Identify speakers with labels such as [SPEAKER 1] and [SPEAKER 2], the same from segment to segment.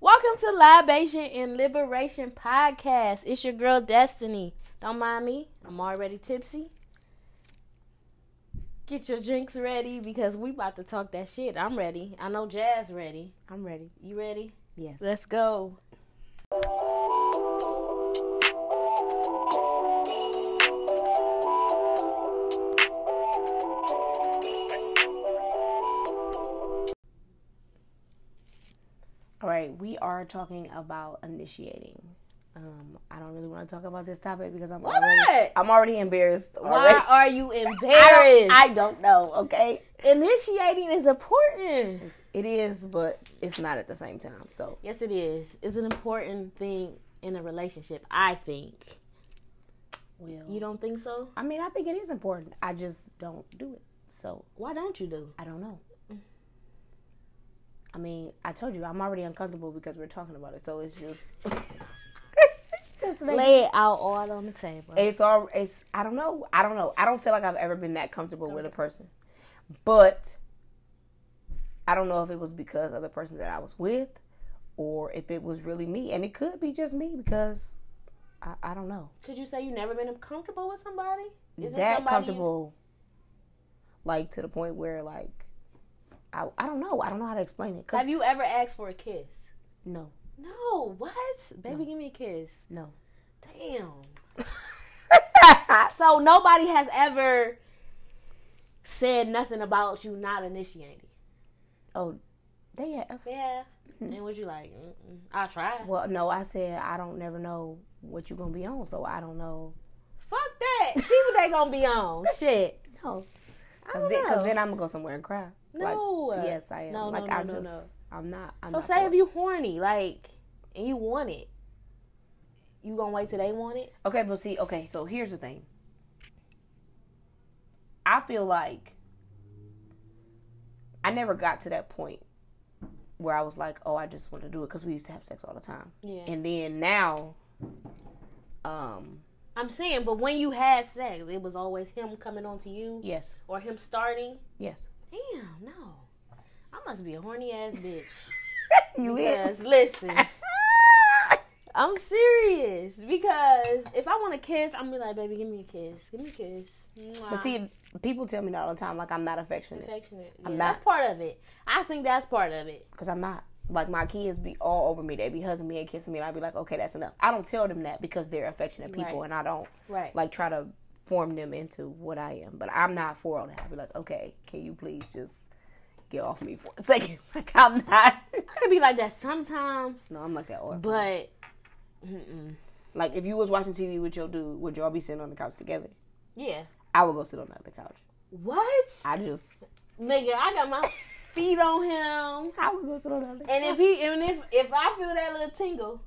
[SPEAKER 1] Welcome to Libation and Liberation Podcast. It's your girl Destiny. Don't mind me. I'm already tipsy. Get your drinks ready because we about to talk that shit. I'm ready. I know Jazz ready. I'm ready. You ready?
[SPEAKER 2] Yes.
[SPEAKER 1] Let's go.
[SPEAKER 2] All right, we are talking about initiating. Um, I don't really want to talk about this topic because I'm
[SPEAKER 1] Why
[SPEAKER 2] already
[SPEAKER 1] not?
[SPEAKER 2] I'm already embarrassed.
[SPEAKER 1] Why
[SPEAKER 2] already.
[SPEAKER 1] are you
[SPEAKER 2] I,
[SPEAKER 1] embarrassed?
[SPEAKER 2] don't, I don't know. Okay,
[SPEAKER 1] Initiating is important.
[SPEAKER 2] It's- it is, but it's not at the same time. So
[SPEAKER 1] Yes, it is. It's an important thing in a relationship, I think. You
[SPEAKER 2] you know,
[SPEAKER 1] don't think so?
[SPEAKER 2] I mean, I think it is important. I just don't do it. So
[SPEAKER 1] Why don't you do?
[SPEAKER 2] I don't know. I mean, I told you I'm already uncomfortable because we're talking about it. So it's just just making
[SPEAKER 1] Lay it out all on the table.
[SPEAKER 2] It's all. It's. I don't know. I don't know. I don't feel like I've ever been that comfortable with a person, but I don't know if it was because of the person that I was with, or if it was really me. And it could be just me because I, I don't know.
[SPEAKER 1] Could you say you never been comfortable with somebody? it
[SPEAKER 2] that
[SPEAKER 1] somebody
[SPEAKER 2] comfortable, like to the point where like, I I don't know. I don't know how to explain it.
[SPEAKER 1] You,
[SPEAKER 2] Cause
[SPEAKER 1] have you ever asked for a kiss?
[SPEAKER 2] no,
[SPEAKER 1] No. What? Baby, give me a kiss.
[SPEAKER 2] no.
[SPEAKER 1] Damn. So nobody has ever said nothing about you not initiating.
[SPEAKER 2] oh, they have.
[SPEAKER 1] Yeah. Mm-hmm. And was you like, Mm-mm, I'll try.
[SPEAKER 2] Well, no. I said I don't never know what you're gonna be on, so I don't know.
[SPEAKER 1] Fuck that. See what they gonna be on. Shit.
[SPEAKER 2] No.
[SPEAKER 1] I
[SPEAKER 2] Because
[SPEAKER 1] don't
[SPEAKER 2] then,
[SPEAKER 1] know.
[SPEAKER 2] 'cause then I'm going to go somewhere and cry.
[SPEAKER 1] No.
[SPEAKER 2] Like, yes, I am.
[SPEAKER 1] No, no,
[SPEAKER 2] like,
[SPEAKER 1] no,
[SPEAKER 2] I'm
[SPEAKER 1] no,
[SPEAKER 2] just,
[SPEAKER 1] no.
[SPEAKER 2] I'm not. I'm
[SPEAKER 1] So
[SPEAKER 2] not
[SPEAKER 1] say
[SPEAKER 2] for
[SPEAKER 1] if
[SPEAKER 2] it.
[SPEAKER 1] you horny, like, and you want it, you gonna wait till they want it?
[SPEAKER 2] Okay, but see, okay, so here's the thing. I feel like I never got to that point where I was like, oh, I just want to do it because we used to have sex all the time.
[SPEAKER 1] Yeah.
[SPEAKER 2] And then now, um,
[SPEAKER 1] I'm saying, but when you had sex, it was always him coming on to you
[SPEAKER 2] yes,
[SPEAKER 1] or him starting.
[SPEAKER 2] yes.
[SPEAKER 1] Damn, no. I must be a horny ass bitch.
[SPEAKER 2] you
[SPEAKER 1] Because,
[SPEAKER 2] is.
[SPEAKER 1] listen, I'm serious. Because if I want a kiss, I'm gonna be like, baby, give me a kiss. Give me a kiss. Mwah.
[SPEAKER 2] But see, people tell me that all the time, like, I'm not affectionate.
[SPEAKER 1] affectionate. Yeah,
[SPEAKER 2] I'm
[SPEAKER 1] that's part of it. I think that's part of it.
[SPEAKER 2] because I'm not. Like my kids be all over me. They be hugging me and kissing me, and I be like, okay, that's enough. I don't tell them that because they're affectionate people,
[SPEAKER 1] Right.
[SPEAKER 2] and I don't
[SPEAKER 1] Right.
[SPEAKER 2] like try to form them into what I am. But I'm not for all that. I be like, okay, can you please just get off me for a second? Like I'm not.
[SPEAKER 1] I could be like that sometimes,
[SPEAKER 2] no, I'm like that all. the time.
[SPEAKER 1] but mm-mm.
[SPEAKER 2] Like if you was watching TV with your dude, would y'all be sitting on the couch together?
[SPEAKER 1] yeah.
[SPEAKER 2] I would go sit on the other couch.
[SPEAKER 1] What?
[SPEAKER 2] I just
[SPEAKER 1] Nigga, I got my feet on him.
[SPEAKER 2] I would go sit on the other.
[SPEAKER 1] And if he, and if if I feel that little tingle,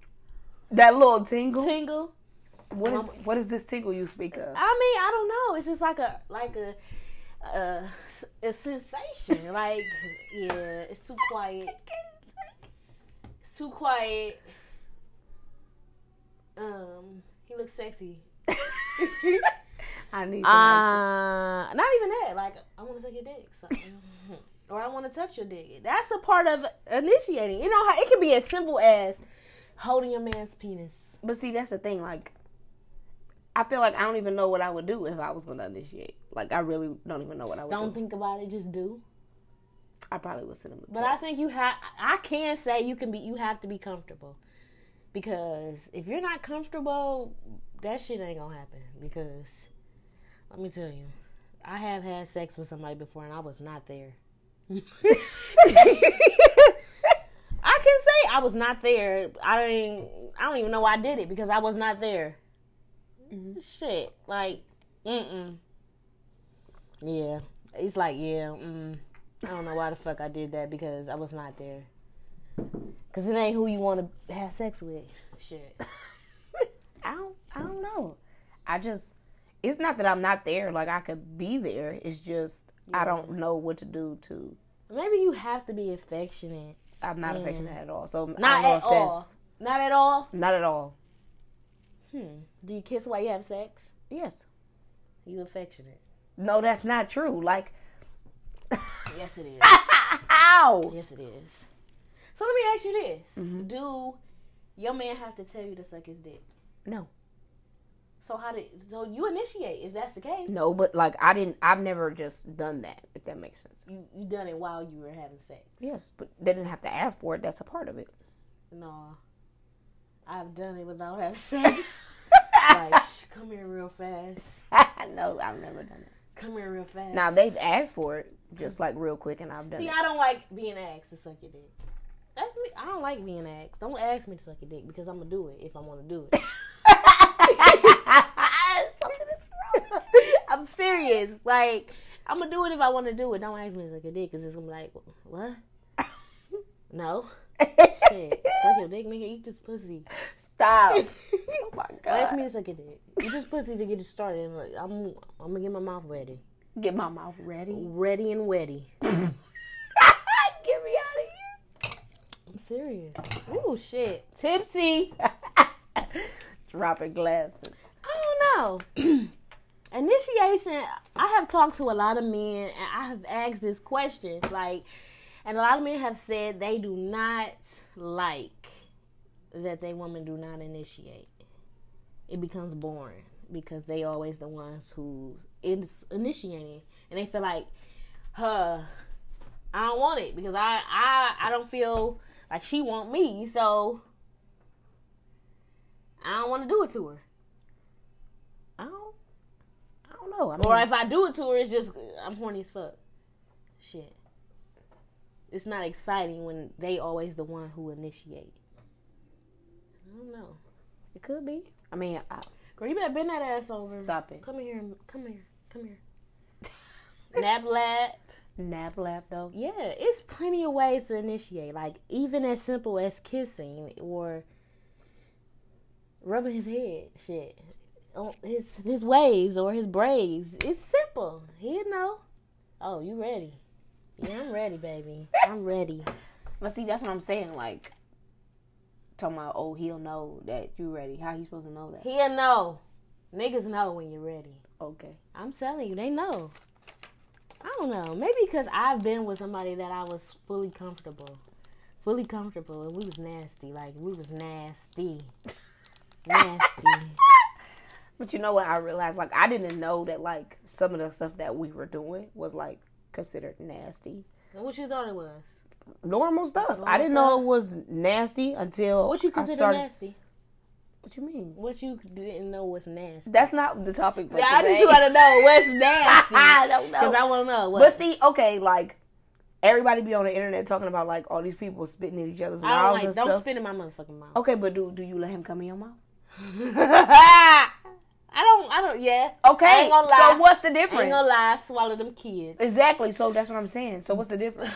[SPEAKER 2] that little tingle,
[SPEAKER 1] tingle.
[SPEAKER 2] what is what is this tingle you speak of?
[SPEAKER 1] I mean, I don't know. It's just like a like a a, a sensation. Like yeah, it's too quiet. It's too quiet. Um, he looks sexy.
[SPEAKER 2] I need some
[SPEAKER 1] Uh, not even that. Like I want to suck your dick, so, or I want to touch your dick. That's a part of initiating. You know how it can be as simple as holding a man's penis.
[SPEAKER 2] But see, that's the thing. Like, I feel like I don't even know what I would do if I was going to initiate. Like, I really don't even know what I would
[SPEAKER 1] Don't
[SPEAKER 2] do.
[SPEAKER 1] think about it. Just do.
[SPEAKER 2] I probably would send him. A
[SPEAKER 1] But I think you have. I can say you can be. You have to be comfortable, because if you're not comfortable, that shit ain't gonna happen. Because let me tell you, I have had sex with somebody before, and I was not there. I can say I was not there. I didn't. I don't even know why I did it because I was not there. Shit, like, mm mm. Yeah, it's like yeah. Mm. I don't know why the fuck I did that because I was not there. Cause it ain't who you want to have sex with. Shit.
[SPEAKER 2] I don't. I don't know. I just. It's not that I'm not there. Like I could be there. It's just I don't know what to do to.
[SPEAKER 1] Maybe you have to be affectionate.
[SPEAKER 2] I'm not affectionate at all. So I
[SPEAKER 1] Mm. Not
[SPEAKER 2] don't know
[SPEAKER 1] at
[SPEAKER 2] if
[SPEAKER 1] all. Not at all.
[SPEAKER 2] That's, not at all.
[SPEAKER 1] Hmm. Do you kiss while you have sex?
[SPEAKER 2] Yes.
[SPEAKER 1] You affectionate.
[SPEAKER 2] No, that's not true. Like,
[SPEAKER 1] Yes, it is.
[SPEAKER 2] ow.
[SPEAKER 1] yes, it is. So let me ask you this:
[SPEAKER 2] Mm-hmm.
[SPEAKER 1] Do your man have to tell you to suck his dick?
[SPEAKER 2] No.
[SPEAKER 1] So how did so you initiate if that's the case?
[SPEAKER 2] No, but like I didn't. I've never just done that. If that makes sense.
[SPEAKER 1] You you done it while you were having sex?
[SPEAKER 2] Yes, but they didn't have to ask for it. That's a part of it.
[SPEAKER 1] No, I've done it without having sex. like, shh, come here real fast.
[SPEAKER 2] no, I've never done it.
[SPEAKER 1] Come here real fast.
[SPEAKER 2] Now they've asked for it just like real quick, and I've done
[SPEAKER 1] See,
[SPEAKER 2] it.
[SPEAKER 1] I don't like being asked to suck your dick. That's me. I don't like being asked. Don't ask me to suck your dick because I'm gonna do it if I want to do it.
[SPEAKER 2] Something is wrong.
[SPEAKER 1] I'm serious. Like I'm gonna do it if I want to do it. Don't ask me to suck your dick because it's gonna be like what? No, shit. suck your dick, nigga. Eat this pussy.
[SPEAKER 2] Stop. Oh my
[SPEAKER 1] Don't ask
[SPEAKER 2] god.
[SPEAKER 1] me to suck your dick. Eat this pussy to get it started. I'm like, I'm, I'm gonna get my mouth ready,
[SPEAKER 2] Get my mouth ready.
[SPEAKER 1] ready and wetty.
[SPEAKER 2] Get me
[SPEAKER 1] I'm serious. Ooh, shit. Tipsy.
[SPEAKER 2] out of here. Dropping glasses.
[SPEAKER 1] I don't know. Initiation, I have talked to a lot of men and I have asked this question. Like, and a lot of men have said they do not like that they women do not initiate. It becomes boring because they always the ones who is initiating. And they feel like, huh, I don't want it because I, I, I don't feel like she want me. So I don't want to do it to her.
[SPEAKER 2] I don't. I don't know. I mean,
[SPEAKER 1] Or if I do it to her, it's just I'm horny as fuck. Shit. It's not exciting when they always the one who initiate. I don't know.
[SPEAKER 2] it could be. I mean, I,
[SPEAKER 1] Girl, you better bend that ass over.
[SPEAKER 2] stop it.
[SPEAKER 1] Come here, come here, come here. Nap lap.
[SPEAKER 2] Nap lap though.
[SPEAKER 1] Yeah, it's plenty of ways to initiate. Like even as simple as kissing or rubbing his head, shit, on his his waves or his braids. It's simple. He'd know. Oh, you ready? Yeah, I'm ready, baby. I'm ready.
[SPEAKER 2] But see, that's what I'm saying. Like, talking about, oh, he'll know that you ready. How he supposed to know that?
[SPEAKER 1] He'll know. Niggas know when you're ready.
[SPEAKER 2] Okay.
[SPEAKER 1] I'm telling you, they know. I don't know. Maybe because I've been with somebody that I was fully comfortable, fully comfortable, and we was nasty. Like we was nasty, nasty.
[SPEAKER 2] But you know what? I realized, like, I didn't know that, like, some of the stuff that we were doing was like considered nasty.
[SPEAKER 1] And what you thought it was?
[SPEAKER 2] Normal stuff. I didn't know it was nasty until
[SPEAKER 1] What you
[SPEAKER 2] I
[SPEAKER 1] consider
[SPEAKER 2] started-
[SPEAKER 1] nasty?
[SPEAKER 2] What you mean?
[SPEAKER 1] What you didn't know was nasty?
[SPEAKER 2] That's not the topic. For
[SPEAKER 1] I
[SPEAKER 2] today.
[SPEAKER 1] just want to know what's nasty.
[SPEAKER 2] I don't know.
[SPEAKER 1] Cause I want to know. What,
[SPEAKER 2] But see, okay, like everybody be on the internet talking about like all these people spitting in each other's
[SPEAKER 1] I don't
[SPEAKER 2] mouths
[SPEAKER 1] like. Don't
[SPEAKER 2] and stuff.
[SPEAKER 1] spit in my motherfucking mouth.
[SPEAKER 2] okay, but do do you let him come in your mouth? Oh.
[SPEAKER 1] I don't. I don't. Yeah. I
[SPEAKER 2] Okay,
[SPEAKER 1] ain't gonna lie.
[SPEAKER 2] so what's
[SPEAKER 1] I
[SPEAKER 2] the
[SPEAKER 1] ain't
[SPEAKER 2] difference?
[SPEAKER 1] gonna lie. Swallow them kids.
[SPEAKER 2] Exactly. So that's what I'm saying. So what's the difference?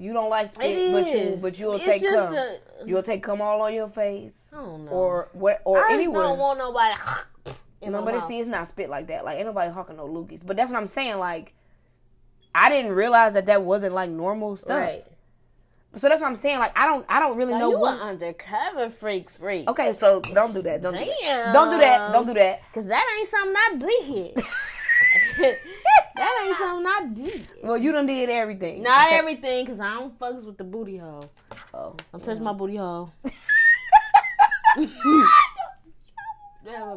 [SPEAKER 2] You don't like spit, but you
[SPEAKER 1] is.
[SPEAKER 2] but you'll
[SPEAKER 1] It's
[SPEAKER 2] take
[SPEAKER 1] just
[SPEAKER 2] cum.
[SPEAKER 1] the-
[SPEAKER 2] You'll take cum all on your face
[SPEAKER 1] I don't know.
[SPEAKER 2] or what or
[SPEAKER 1] I just
[SPEAKER 2] anywhere.
[SPEAKER 1] don't want nobody. in my
[SPEAKER 2] Nobody
[SPEAKER 1] mouth.
[SPEAKER 2] see it's not spit like that. Like ain't nobody hawking no loogies. But that's what I'm saying. Like I didn't realize that that wasn't like normal stuff.
[SPEAKER 1] Right.
[SPEAKER 2] So that's what I'm saying. Like I don't I don't really
[SPEAKER 1] So
[SPEAKER 2] know
[SPEAKER 1] you
[SPEAKER 2] what.
[SPEAKER 1] an undercover freaks freak.
[SPEAKER 2] Okay, so don't do that. Don't do that.
[SPEAKER 1] Damn.
[SPEAKER 2] Don't do that. Don't do that.
[SPEAKER 1] Cause that ain't something I did. that ain't something I did.
[SPEAKER 2] Well, you done did everything.
[SPEAKER 1] Not
[SPEAKER 2] Okay.
[SPEAKER 1] everything, cause I don't fucks with the booty hole.
[SPEAKER 2] Oh.
[SPEAKER 1] I'm touching my booty hole.
[SPEAKER 2] Oh.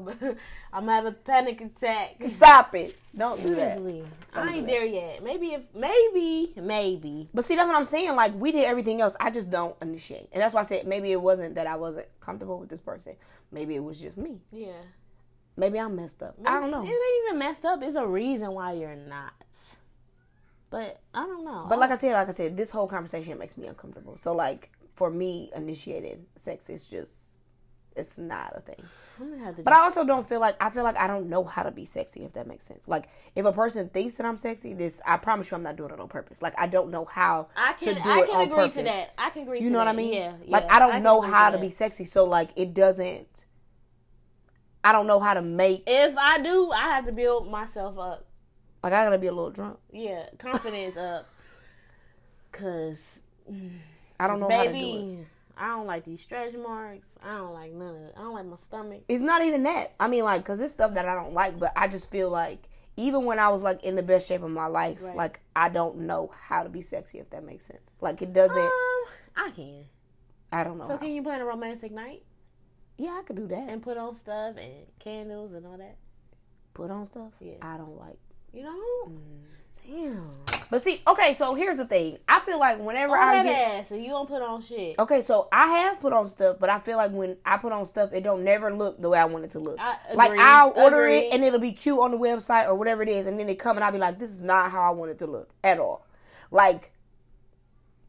[SPEAKER 1] I'm gonna have a panic attack.
[SPEAKER 2] Stop it. Don't do that.
[SPEAKER 1] Seriously, I ain't there yet. Maybe if maybe maybe
[SPEAKER 2] But see, that's what I'm saying. Like we did everything else. I just don't initiate, and that's why I said maybe it wasn't that I wasn't comfortable with this person. Maybe it was just me.
[SPEAKER 1] yeah.
[SPEAKER 2] Maybe I'm messed up. I don't
[SPEAKER 1] It
[SPEAKER 2] know.
[SPEAKER 1] ain't even messed up. It's a reason why you're not. But I don't know.
[SPEAKER 2] But like I said, like I said, this whole conversation makes me uncomfortable. So like for me, initiated sex is just it's not a thing.
[SPEAKER 1] I'm gonna have to.
[SPEAKER 2] But I also don't feel like I feel like I don't know how to be sexy, if that makes sense. Like if a person thinks that I'm sexy, this I promise you I'm not doing it on purpose. Like I don't know how
[SPEAKER 1] I can.
[SPEAKER 2] to do
[SPEAKER 1] I
[SPEAKER 2] it on
[SPEAKER 1] can agree
[SPEAKER 2] purpose.
[SPEAKER 1] to that. I can agree.
[SPEAKER 2] You
[SPEAKER 1] to
[SPEAKER 2] know what I
[SPEAKER 1] that.
[SPEAKER 2] mean?
[SPEAKER 1] Yeah.
[SPEAKER 2] Like
[SPEAKER 1] yeah.
[SPEAKER 2] I don't
[SPEAKER 1] can
[SPEAKER 2] know
[SPEAKER 1] agree
[SPEAKER 2] how
[SPEAKER 1] to
[SPEAKER 2] to be
[SPEAKER 1] that.
[SPEAKER 2] sexy, so like it doesn't. I don't know how to make.
[SPEAKER 1] If I do, I have to build myself up.
[SPEAKER 2] Like I gotta be a little drunk.
[SPEAKER 1] Yeah, confidence up. Cause
[SPEAKER 2] I don't know how to do it.
[SPEAKER 1] baby, I don't like these stretch marks. I don't like none of. It. I don't like my stomach.
[SPEAKER 2] It's not even that. I mean, like, cause it's stuff that I don't like, but I just feel like even when I was like in the best shape of my life,
[SPEAKER 1] Right.
[SPEAKER 2] like I don't know how to be sexy, if that makes sense. Like it doesn't.
[SPEAKER 1] Um, I can.
[SPEAKER 2] I don't know.
[SPEAKER 1] So
[SPEAKER 2] how.
[SPEAKER 1] can you plan a romantic night
[SPEAKER 2] yeah, I could do that.
[SPEAKER 1] and put on stuff and candles and all that?
[SPEAKER 2] Put on stuff.
[SPEAKER 1] Yeah.
[SPEAKER 2] I don't like.
[SPEAKER 1] You know? Damn.
[SPEAKER 2] But see, okay, so here's the thing. I feel like whenever
[SPEAKER 1] All
[SPEAKER 2] I
[SPEAKER 1] that
[SPEAKER 2] get Oh,
[SPEAKER 1] ass and you don't put on shit.
[SPEAKER 2] Okay, so I have put on stuff, but I feel like when I put on stuff, it don't never look the way I want it to look.
[SPEAKER 1] I
[SPEAKER 2] like
[SPEAKER 1] agree,
[SPEAKER 2] I'll order
[SPEAKER 1] agree.
[SPEAKER 2] it and it'll be cute on the website or whatever it is, and then it come and I'll be like, this is not how I want it to look at all. Like,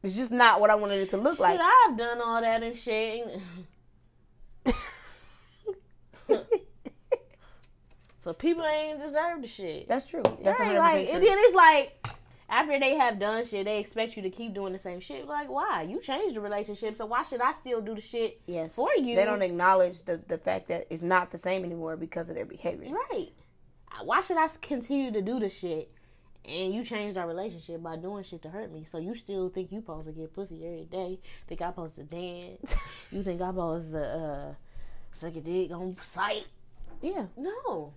[SPEAKER 2] it's just not what I wanted it to look like.
[SPEAKER 1] shit, I've done all that and shit for people that ain't deserve the shit.
[SPEAKER 2] That's true. That's
[SPEAKER 1] Right,
[SPEAKER 2] 100
[SPEAKER 1] like,
[SPEAKER 2] true.
[SPEAKER 1] and then it's like after they have done shit, they expect you to keep doing the same shit. Like, why? You changed the relationship, so why should I still do the shit?
[SPEAKER 2] yes.
[SPEAKER 1] for you.
[SPEAKER 2] They don't acknowledge the, the fact that it's not the same anymore because of their behavior.
[SPEAKER 1] Right? Why should I s- continue to do the shit? And you changed our relationship by doing shit to hurt me. So you still think you supposed to get pussy every day? Think I supposed to dance? you think I supposed to uh, suck a dick on sight?
[SPEAKER 2] Yeah.
[SPEAKER 1] No.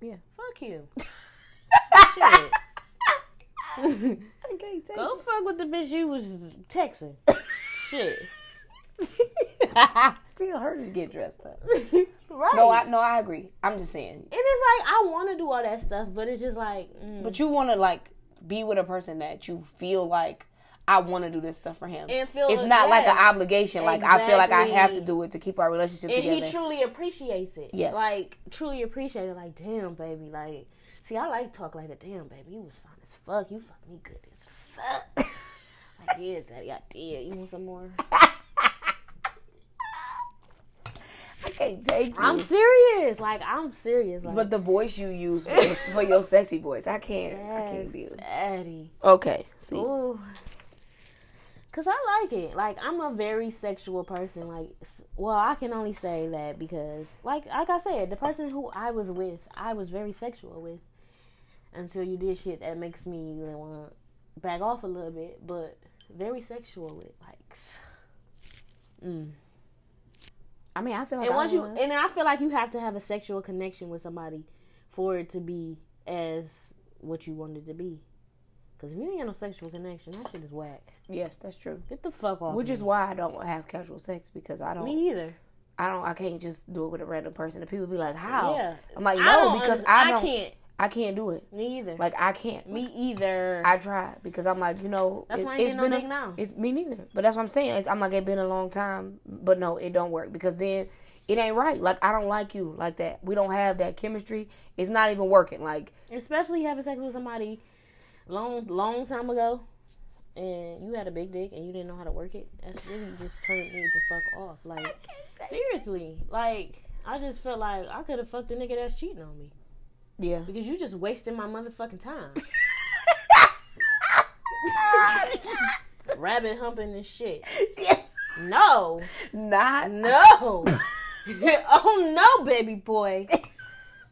[SPEAKER 2] Yeah.
[SPEAKER 1] Fuck you.
[SPEAKER 2] I
[SPEAKER 1] Shit.
[SPEAKER 2] can't take
[SPEAKER 1] Go fuck with the bitch you was texting. Shit.
[SPEAKER 2] it. Still hurt to get dressed up.
[SPEAKER 1] right.
[SPEAKER 2] No, I no, I agree. I'm just saying.
[SPEAKER 1] And it's like I want to do all that stuff, but it's just like, mm.
[SPEAKER 2] But you want to like be with a person that you feel like I want to do this stuff for him.
[SPEAKER 1] And feel-
[SPEAKER 2] it's not like an
[SPEAKER 1] yes.
[SPEAKER 2] obligation. Like I feel like I have to
[SPEAKER 1] Exactly.
[SPEAKER 2] do it to keep our relationship
[SPEAKER 1] and
[SPEAKER 2] together.
[SPEAKER 1] he truly appreciates it.
[SPEAKER 2] Yes.
[SPEAKER 1] Like truly appreciate it. Like damn, baby. Like, see, I like talk like that. Damn, baby, you was fine as fuck. You fucked me good as fuck. like yes, daddy, I did. You want some more?
[SPEAKER 2] I can't take you.
[SPEAKER 1] I'm serious. Like I'm serious. Like
[SPEAKER 2] but the voice you use for your, for your sexy voice, I can't. I
[SPEAKER 1] yes,
[SPEAKER 2] can't deal.
[SPEAKER 1] daddy.
[SPEAKER 2] Okay. See.
[SPEAKER 1] Ooh. Cause I like it. Like I'm a very sexual person. Like, s- well, I can only say that because, like, like I said, the person who I was with, I was very sexual with, until you did shit that makes me want to back off a little bit. But very sexual with, like, s- mm.
[SPEAKER 2] I mean, I feel like
[SPEAKER 1] and
[SPEAKER 2] I
[SPEAKER 1] once you,
[SPEAKER 2] wanna-
[SPEAKER 1] and I feel like you have to have a sexual connection with somebody for it to be as what you wanted to be. Cause if you ain't got no sexual connection, that shit is whack.
[SPEAKER 2] yes, that's true. Mm-hmm.
[SPEAKER 1] Get the fuck off.
[SPEAKER 2] Which
[SPEAKER 1] me.
[SPEAKER 2] is why I don't have casual sex because I don't.
[SPEAKER 1] me either.
[SPEAKER 2] I don't. I can't just do it with a random person. And people be like, "How?"
[SPEAKER 1] Yeah.
[SPEAKER 2] I'm like,
[SPEAKER 1] I
[SPEAKER 2] "No,"
[SPEAKER 1] don't
[SPEAKER 2] because
[SPEAKER 1] under-
[SPEAKER 2] I don't. I can't.
[SPEAKER 1] can't.
[SPEAKER 2] do it.
[SPEAKER 1] Me either.
[SPEAKER 2] Like I can't.
[SPEAKER 1] me either.
[SPEAKER 2] I tried because I'm like, you know,
[SPEAKER 1] That's
[SPEAKER 2] it,
[SPEAKER 1] why I ain't
[SPEAKER 2] it's
[SPEAKER 1] getting no
[SPEAKER 2] been a-
[SPEAKER 1] dick now.
[SPEAKER 2] It's me neither. But that's what I'm saying. It's, I'm like, it's been a long time, but no, it don't work because then it ain't right. Like I don't like you like that. We don't have that chemistry. It's not even working. Like
[SPEAKER 1] Especially having sex with somebody long, long time ago, and you had a big dick and you didn't know how to work it. That's really just turned me the fuck off. Like seriously, like. I just felt like I could have fucked a nigga that's cheating on me
[SPEAKER 2] yeah.
[SPEAKER 1] because you just wasting my motherfucking time, rabbit humping and shit. No,
[SPEAKER 2] Not
[SPEAKER 1] no, oh no, baby boy.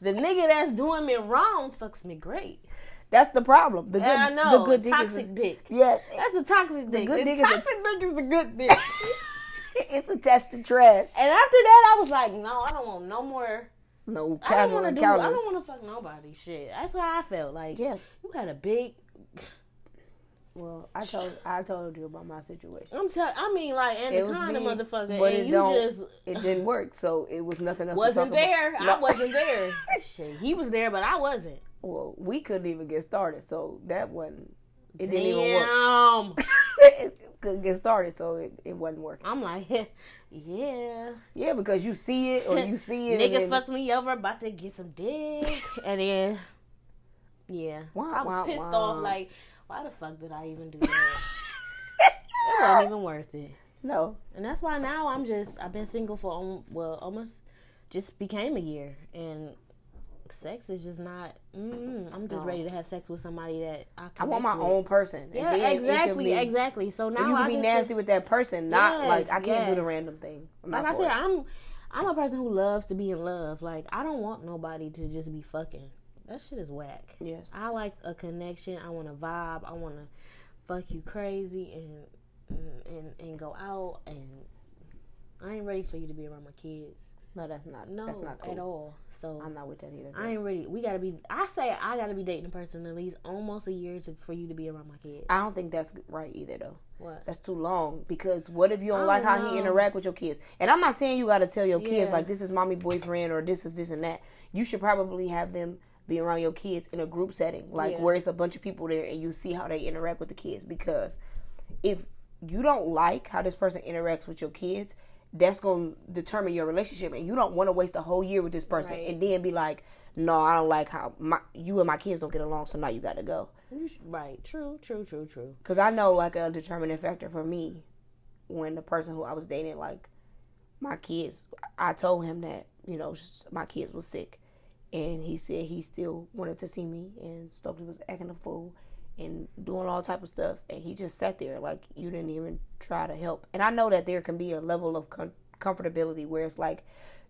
[SPEAKER 1] The nigga that's doing me wrong fucks me great.
[SPEAKER 2] That's the problem. The good,
[SPEAKER 1] And I know
[SPEAKER 2] the good dick
[SPEAKER 1] toxic
[SPEAKER 2] is
[SPEAKER 1] dick.
[SPEAKER 2] yes.
[SPEAKER 1] That's the toxic dick.
[SPEAKER 2] good
[SPEAKER 1] The
[SPEAKER 2] dick is a-
[SPEAKER 1] toxic dick is the good dick.
[SPEAKER 2] it's attached to trash.
[SPEAKER 1] and after that, I was like, no, I don't want no more. I
[SPEAKER 2] No
[SPEAKER 1] don't
[SPEAKER 2] casual
[SPEAKER 1] want to do. I
[SPEAKER 2] encounters.
[SPEAKER 1] don't want to fuck nobody. Shit. That's how I felt. Like
[SPEAKER 2] Yes.
[SPEAKER 1] you had a big.
[SPEAKER 2] Well, I told I told you about my situation.
[SPEAKER 1] I'm tell. I mean, like anaconda,
[SPEAKER 2] big,
[SPEAKER 1] motherfucker,
[SPEAKER 2] but it
[SPEAKER 1] and you
[SPEAKER 2] don't-
[SPEAKER 1] just
[SPEAKER 2] It didn't work, so it was nothing else. to
[SPEAKER 1] wasn't
[SPEAKER 2] talk about.
[SPEAKER 1] there.
[SPEAKER 2] No.
[SPEAKER 1] I wasn't there. Shit, he was there, but I wasn't.
[SPEAKER 2] Well, we couldn't even get started, so that wasn't. It
[SPEAKER 1] Damn.
[SPEAKER 2] didn't even work. it couldn't get started, so it, it wasn't working.
[SPEAKER 1] I'm like, yeah.
[SPEAKER 2] Yeah, because you see it or you see it.
[SPEAKER 1] Niggas
[SPEAKER 2] and then,
[SPEAKER 1] fucked me over, about to get some dick, and then yeah,
[SPEAKER 2] Wah,
[SPEAKER 1] I was
[SPEAKER 2] wah,
[SPEAKER 1] pissed
[SPEAKER 2] wah.
[SPEAKER 1] off. Like, why the fuck did I even do that? it wasn't even worth it.
[SPEAKER 2] no,
[SPEAKER 1] And that's why now I'm just I've been single for um, well almost just became a year, and sex is just not. Mm, I'm just
[SPEAKER 2] No.
[SPEAKER 1] ready to have sex with somebody that I.
[SPEAKER 2] I want my
[SPEAKER 1] connect with.
[SPEAKER 2] own person. And
[SPEAKER 1] Yeah,
[SPEAKER 2] then it could
[SPEAKER 1] exactly,
[SPEAKER 2] be-
[SPEAKER 1] exactly. So now
[SPEAKER 2] and you
[SPEAKER 1] I
[SPEAKER 2] can be
[SPEAKER 1] just
[SPEAKER 2] nasty with that person, not
[SPEAKER 1] Yes,
[SPEAKER 2] like I can't do the
[SPEAKER 1] yes.
[SPEAKER 2] random thing. I'm not
[SPEAKER 1] like I
[SPEAKER 2] for
[SPEAKER 1] said,
[SPEAKER 2] it.
[SPEAKER 1] I'm I'm a person who loves to be in love. Like I don't want nobody to just be fucking. That shit is whack.
[SPEAKER 2] yes,
[SPEAKER 1] I like a connection. I want to vibe. I want to fuck you crazy and mm, and and go out and I ain't ready for you to be around my kids.
[SPEAKER 2] no, that's not.
[SPEAKER 1] No,
[SPEAKER 2] that's not cool.
[SPEAKER 1] at all. So
[SPEAKER 2] I'm not with that either.
[SPEAKER 1] I ain't ready. We gotta be. I say I gotta be dating a person at least almost a year to, for you to be around my kid.
[SPEAKER 2] I don't think that's right either though.
[SPEAKER 1] What?
[SPEAKER 2] That's too long because what if you don't
[SPEAKER 1] I
[SPEAKER 2] like how
[SPEAKER 1] don't
[SPEAKER 2] he
[SPEAKER 1] know.
[SPEAKER 2] interact with your kids? And I'm not saying you got to tell your kids
[SPEAKER 1] Yeah.
[SPEAKER 2] like this is mommy boyfriend or this is this and that. You should probably have them be around your kids in a group setting, like
[SPEAKER 1] Yeah.
[SPEAKER 2] where it's a bunch of people there and you see how they interact with the kids because if you don't like how this person interacts with your kids, that's going to determine your relationship and you don't want to waste a whole year with this person
[SPEAKER 1] Right.
[SPEAKER 2] and then be like, "No, I don't like how my you and my kids don't get along, so now you got to go."
[SPEAKER 1] You sh- right. True. True. True. True.
[SPEAKER 2] Cause I know like a determining factor for me when the person who I was dating, like my kids, I told him that you know sh- my kids was sick, and he said he still wanted to see me, and Stokely was acting a fool and doing all type of stuff, and he just sat there like you didn't even try to help. And I know that there can be a level of com- comfortability where it's like.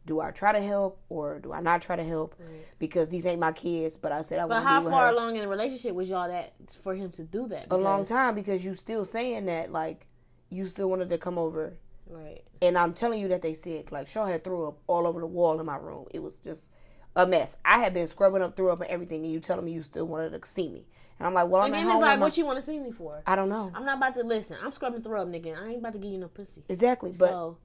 [SPEAKER 2] Do I try to help or do I not try to help? Because these ain't my kids, but I said I
[SPEAKER 1] But
[SPEAKER 2] want to
[SPEAKER 1] how
[SPEAKER 2] be with
[SPEAKER 1] far
[SPEAKER 2] her
[SPEAKER 1] along in the relationship was y'all that for him to do that?
[SPEAKER 2] a long
[SPEAKER 1] Because-
[SPEAKER 2] time because you still saying that like you still wanted to come over
[SPEAKER 1] Right.
[SPEAKER 2] and i'm telling you that they sick like shaw had threw up all over the wall in my room it was just a mess i had been scrubbing up threw up and everything and you telling me you still wanted to see me and i'm like well i'm
[SPEAKER 1] And
[SPEAKER 2] at
[SPEAKER 1] then
[SPEAKER 2] home
[SPEAKER 1] it's
[SPEAKER 2] with
[SPEAKER 1] like,
[SPEAKER 2] my-
[SPEAKER 1] what you want to see me for?
[SPEAKER 2] i don't know
[SPEAKER 1] I'm not about to listen. I'm scrubbing through up, nigga. I ain't about to give you no pussy.
[SPEAKER 2] exactly but
[SPEAKER 1] so,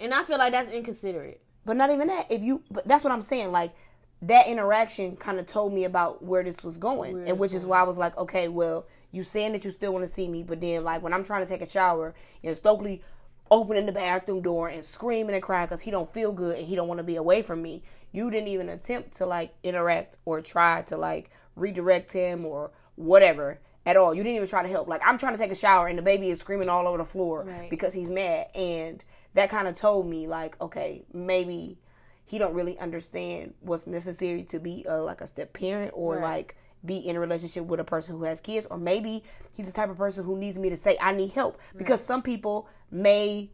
[SPEAKER 1] and I feel like that's inconsiderate.
[SPEAKER 2] but not even that if you but that's what i'm saying like that interaction kind of told me about where this was going
[SPEAKER 1] Where
[SPEAKER 2] and
[SPEAKER 1] it's
[SPEAKER 2] which is why i was like okay well you saying that you still want to see me but then like when i'm trying to take a shower and stokely opening the bathroom door and screaming and crying because he don't feel good and he don't want to be away from me you didn't even attempt to like interact or try to like redirect him or whatever at all you didn't even try to help like i'm trying to take a shower and the baby is screaming all over the floor
[SPEAKER 1] Right.
[SPEAKER 2] because he's mad and that kind of told me like okay maybe he don't really understand what's necessary to be a, like a step parent or
[SPEAKER 1] Right.
[SPEAKER 2] like be in a relationship with a person who has kids or maybe he's the type of person who needs me to say i need help because some people may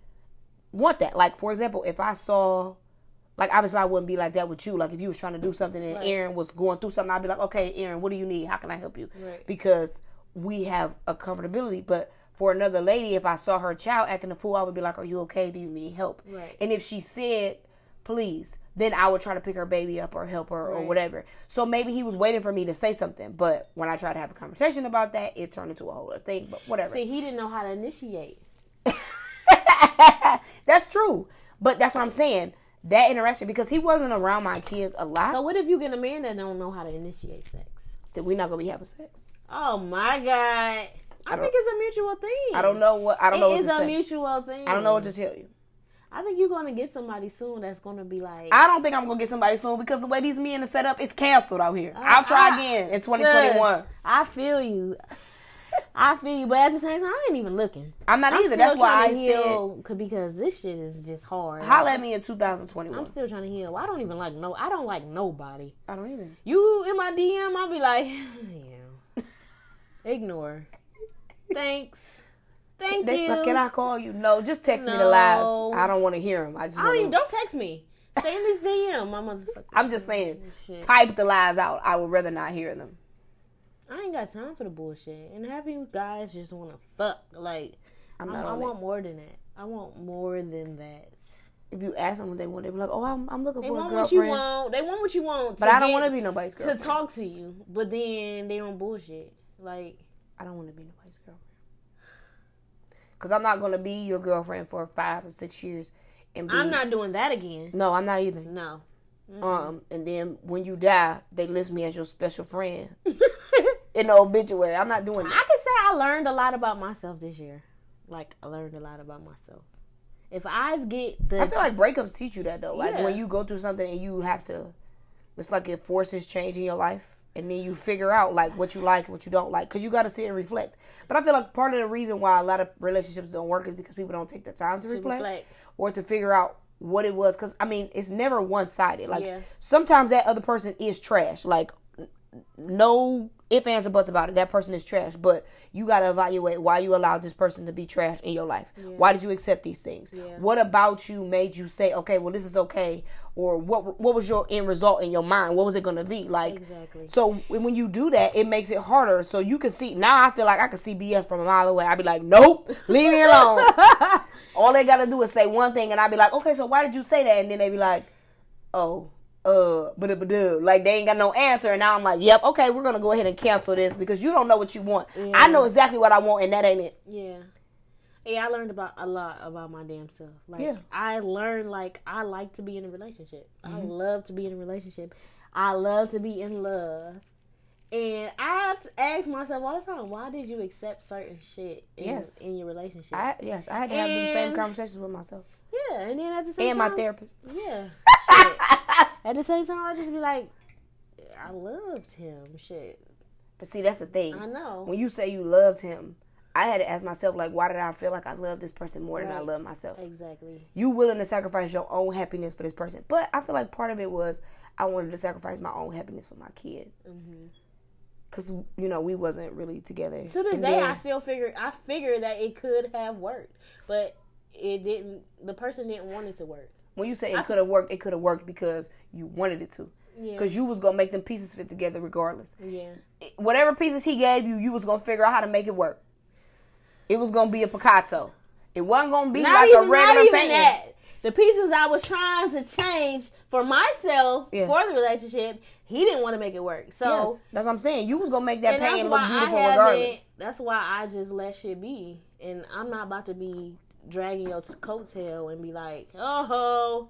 [SPEAKER 2] want that like for example if i saw like obviously i wouldn't be like that with you like if you was trying to do something and
[SPEAKER 1] Right.
[SPEAKER 2] aaron was going through something i'd be like okay aaron what do you need how can i help you
[SPEAKER 1] Right.
[SPEAKER 2] because we have a comfortability but for another lady if i saw her child acting a fool i would be like are you okay do you need help
[SPEAKER 1] Right.
[SPEAKER 2] and if she said, please, then I would try to pick her baby up or help her or
[SPEAKER 1] Right.
[SPEAKER 2] whatever. So maybe he was waiting for me to say something. But when I tried to have a conversation about that, it turned into a whole other thing. But whatever.
[SPEAKER 1] See, he didn't know how to initiate.
[SPEAKER 2] that's true. But that's what I'm saying. That interaction, because he wasn't around my kids a lot,
[SPEAKER 1] So what if you get a man that don't know how to initiate sex?
[SPEAKER 2] then we're not going to be having sex.
[SPEAKER 1] Oh my god! I,
[SPEAKER 2] don't-
[SPEAKER 1] think it's a mutual thing.
[SPEAKER 2] I don't know what, I don't know
[SPEAKER 1] It
[SPEAKER 2] what
[SPEAKER 1] is
[SPEAKER 2] to
[SPEAKER 1] a
[SPEAKER 2] say.
[SPEAKER 1] mutual thing.
[SPEAKER 2] I don't know what to tell you.
[SPEAKER 1] I think you're gonna get somebody soon that's gonna be like.
[SPEAKER 2] I don't think I'm going to get somebody soon because the way these men are set up, it's canceled out here. I'll try
[SPEAKER 1] I-
[SPEAKER 2] again in
[SPEAKER 1] "Sis,
[SPEAKER 2] 2021.
[SPEAKER 1] I feel you. I feel you, but at the same time, I ain't even looking.
[SPEAKER 2] I'm not
[SPEAKER 1] I'm
[SPEAKER 2] either.
[SPEAKER 1] still
[SPEAKER 2] That's why
[SPEAKER 1] trying
[SPEAKER 2] I
[SPEAKER 1] to
[SPEAKER 2] said,
[SPEAKER 1] heal c- because this shit is just hard.
[SPEAKER 2] holla at me in 2021.
[SPEAKER 1] I'm still trying to heal. I don't even like no. I don't like nobody.
[SPEAKER 2] I don't either.
[SPEAKER 1] You in my DM, I'll be like, yeah, ignore. Thanks. Thank
[SPEAKER 2] They,
[SPEAKER 1] you.
[SPEAKER 2] like, can
[SPEAKER 1] I,
[SPEAKER 2] I call you? No, just text me the lies.
[SPEAKER 1] No.
[SPEAKER 2] I don't want to hear them. I just.
[SPEAKER 1] don't
[SPEAKER 2] wanna-
[SPEAKER 1] even. Don't text me. Stay in this DM, my motherfucker.
[SPEAKER 2] I'm just saying,
[SPEAKER 1] Shit.
[SPEAKER 2] type the lies out. I would rather not hear them.
[SPEAKER 1] I ain't got time for the bullshit. And half of you guys just want to fuck. Like,
[SPEAKER 2] I'm
[SPEAKER 1] I,
[SPEAKER 2] not.
[SPEAKER 1] I
[SPEAKER 2] on
[SPEAKER 1] want more than that. I want more than that.
[SPEAKER 2] it. If you ask them what they want, they be like, "Oh, I'm, I'm looking
[SPEAKER 1] They
[SPEAKER 2] for a
[SPEAKER 1] want what you
[SPEAKER 2] girlfriend,"
[SPEAKER 1] want. They want what you want.
[SPEAKER 2] but I don't want to be nobody's
[SPEAKER 1] to
[SPEAKER 2] girlfriend.
[SPEAKER 1] talk to you. But then they on bullshit. Like,
[SPEAKER 2] I don't want to be nobody's girlfriend. Cause I'm not gonna be your girlfriend for five or six years, and be,
[SPEAKER 1] I'm not doing that again.
[SPEAKER 2] No, I'm not either.
[SPEAKER 1] No.
[SPEAKER 2] Um, and then when you die, they list me as your special friend in the obituary. I'm not doing that.
[SPEAKER 1] I can say I learned a lot about myself this year. Like I learned a lot about myself. If I get the
[SPEAKER 2] I feel like breakups teach you that though. Like
[SPEAKER 1] Yeah.
[SPEAKER 2] when you go through something and you have to, it's like it forces change in your life, and then you figure out like what you like, and what you don't like, because you got to sit and reflect. But I feel like part of the reason why a lot of relationships don't work is because people don't take the time to, reflect,
[SPEAKER 1] reflect.
[SPEAKER 2] or to figure out what it was. Because I mean, it's never one sided. Like
[SPEAKER 1] Yeah.
[SPEAKER 2] sometimes that other person is trash. Like n- no ifs ands or buts about it. That person is trash. But you got to evaluate why you allowed this person to be trash in your life. Why did you accept these things?
[SPEAKER 1] Yeah.
[SPEAKER 2] What about you made you say, okay, well this is okay, or what what was your end result in your mind? What was it gonna be like?
[SPEAKER 1] Exactly.
[SPEAKER 2] So when when you do that, it makes it harder. So you can see now. I feel like I can see BS from a mile away. I'd be like, nope, leave me alone. All they gotta do is say one thing, and I'd be like, okay, so why did you say that? And then they be like, oh, uh, but like they ain't got no answer, and now I'm like, yep, okay, we're gonna go ahead and cancel this because you don't know what you want. I know exactly what I want, and that ain't it.
[SPEAKER 1] Yeah. Yeah, I learned about a lot about my damn self. Like
[SPEAKER 2] Yeah.
[SPEAKER 1] I learned like I like to be in a relationship. I
[SPEAKER 2] Mm-hmm.
[SPEAKER 1] love to be in a relationship. I love to be in love. And I have to ask myself all the time, why did you accept certain shit in,
[SPEAKER 2] Yes.
[SPEAKER 1] in your relationship?
[SPEAKER 2] I yes, I had to have the same
[SPEAKER 1] And-
[SPEAKER 2] conversations with myself
[SPEAKER 1] yeah, and then at the same
[SPEAKER 2] and
[SPEAKER 1] time,
[SPEAKER 2] my therapist.
[SPEAKER 1] yeah. Shit. At the same time, I just be like, I loved him. Shit,
[SPEAKER 2] but see, that's the thing.
[SPEAKER 1] I know
[SPEAKER 2] When you say you loved him, I had to ask myself, like, why did I feel like I love this person more than I
[SPEAKER 1] Right.
[SPEAKER 2] love myself?
[SPEAKER 1] exactly.
[SPEAKER 2] You willing to sacrifice your own happiness for this person, but I feel like part of it was I wanted to sacrifice my own happiness for my kid.
[SPEAKER 1] hmm
[SPEAKER 2] Cause you know we wasn't really together.
[SPEAKER 1] To this
[SPEAKER 2] And
[SPEAKER 1] day,
[SPEAKER 2] then-
[SPEAKER 1] I still figure I figured that it could have worked, but it didn't. The person didn't want it to work.
[SPEAKER 2] when you say it could have worked, it could have worked because you wanted it to.
[SPEAKER 1] Yeah,
[SPEAKER 2] Because you was gonna make them pieces fit together regardless.
[SPEAKER 1] yeah,
[SPEAKER 2] Whatever pieces he gave you, you was gonna figure out how to make it work. It was gonna be a Picasso. It wasn't gonna be
[SPEAKER 1] not
[SPEAKER 2] like
[SPEAKER 1] even,
[SPEAKER 2] a
[SPEAKER 1] not
[SPEAKER 2] regular
[SPEAKER 1] even
[SPEAKER 2] painting.
[SPEAKER 1] that. The pieces I was trying to change for myself
[SPEAKER 2] Yes.
[SPEAKER 1] for the relationship, he didn't want to make it work. So.
[SPEAKER 2] Yes, that's what I'm saying. You was gonna make that
[SPEAKER 1] and that's
[SPEAKER 2] painting look
[SPEAKER 1] why
[SPEAKER 2] beautiful
[SPEAKER 1] I haven't.
[SPEAKER 2] regardless.
[SPEAKER 1] That's why I just let shit be, and I'm not about to be dragging your t- coattail and be like, oh, ho,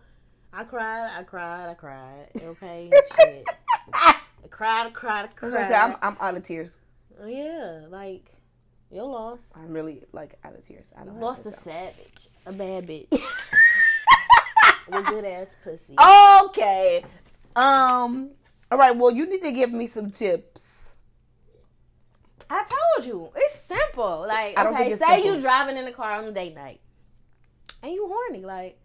[SPEAKER 1] I cried, I cried, I cried. Okay, shit. I cried, I cried, I
[SPEAKER 2] That's
[SPEAKER 1] cried.
[SPEAKER 2] what I'm saying. I'm, I'm out of tears.
[SPEAKER 1] Oh, yeah, like your loss,
[SPEAKER 2] I'm really like out of tears. I don't
[SPEAKER 1] lost a
[SPEAKER 2] have
[SPEAKER 1] savage, a bad bitch,
[SPEAKER 2] this
[SPEAKER 1] a good ass pussy.
[SPEAKER 2] out. okay. Um. All right. Well, you need to give me some tips.
[SPEAKER 1] I told you, it's simple. Like,
[SPEAKER 2] I don't
[SPEAKER 1] okay,
[SPEAKER 2] think it's
[SPEAKER 1] say
[SPEAKER 2] simple.
[SPEAKER 1] you driving in the car on a date night, and you horny. Like,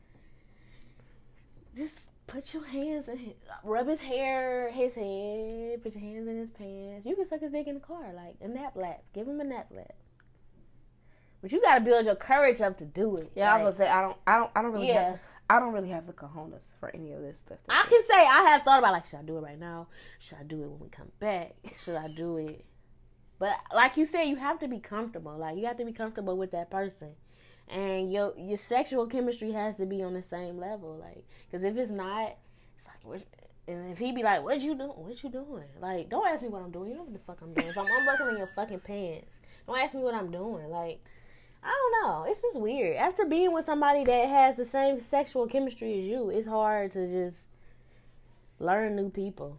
[SPEAKER 1] just put your hands in, his, rub his hair, his head, put your hands in his pants. You can suck his dick in the car, like a nap lap. Give him a nap lap. But you gotta build your courage up to do it.
[SPEAKER 2] Yeah, I
[SPEAKER 1] Like,
[SPEAKER 2] was gonna say I don't. I don't. I don't really.
[SPEAKER 1] Yeah.
[SPEAKER 2] Have the, I don't really have the cojones for any of this stuff.
[SPEAKER 1] I can say I have thought about like, should I do it right now? Should I do it when we come back? Should I do it? But like you said, you have to be comfortable. Like you have to be comfortable with that person, and your your sexual chemistry has to be on the same level. Like, because if it's not, it's like, what, and if he be like, "What you doing? What you doing?" Like, don't ask me what I'm doing. You know what the fuck I'm doing. If I'm unbuckling your fucking pants, don't ask me what I'm doing. Like. I don't know. It's just weird. After being with somebody that has the same sexual chemistry as you, it's hard to just learn new people.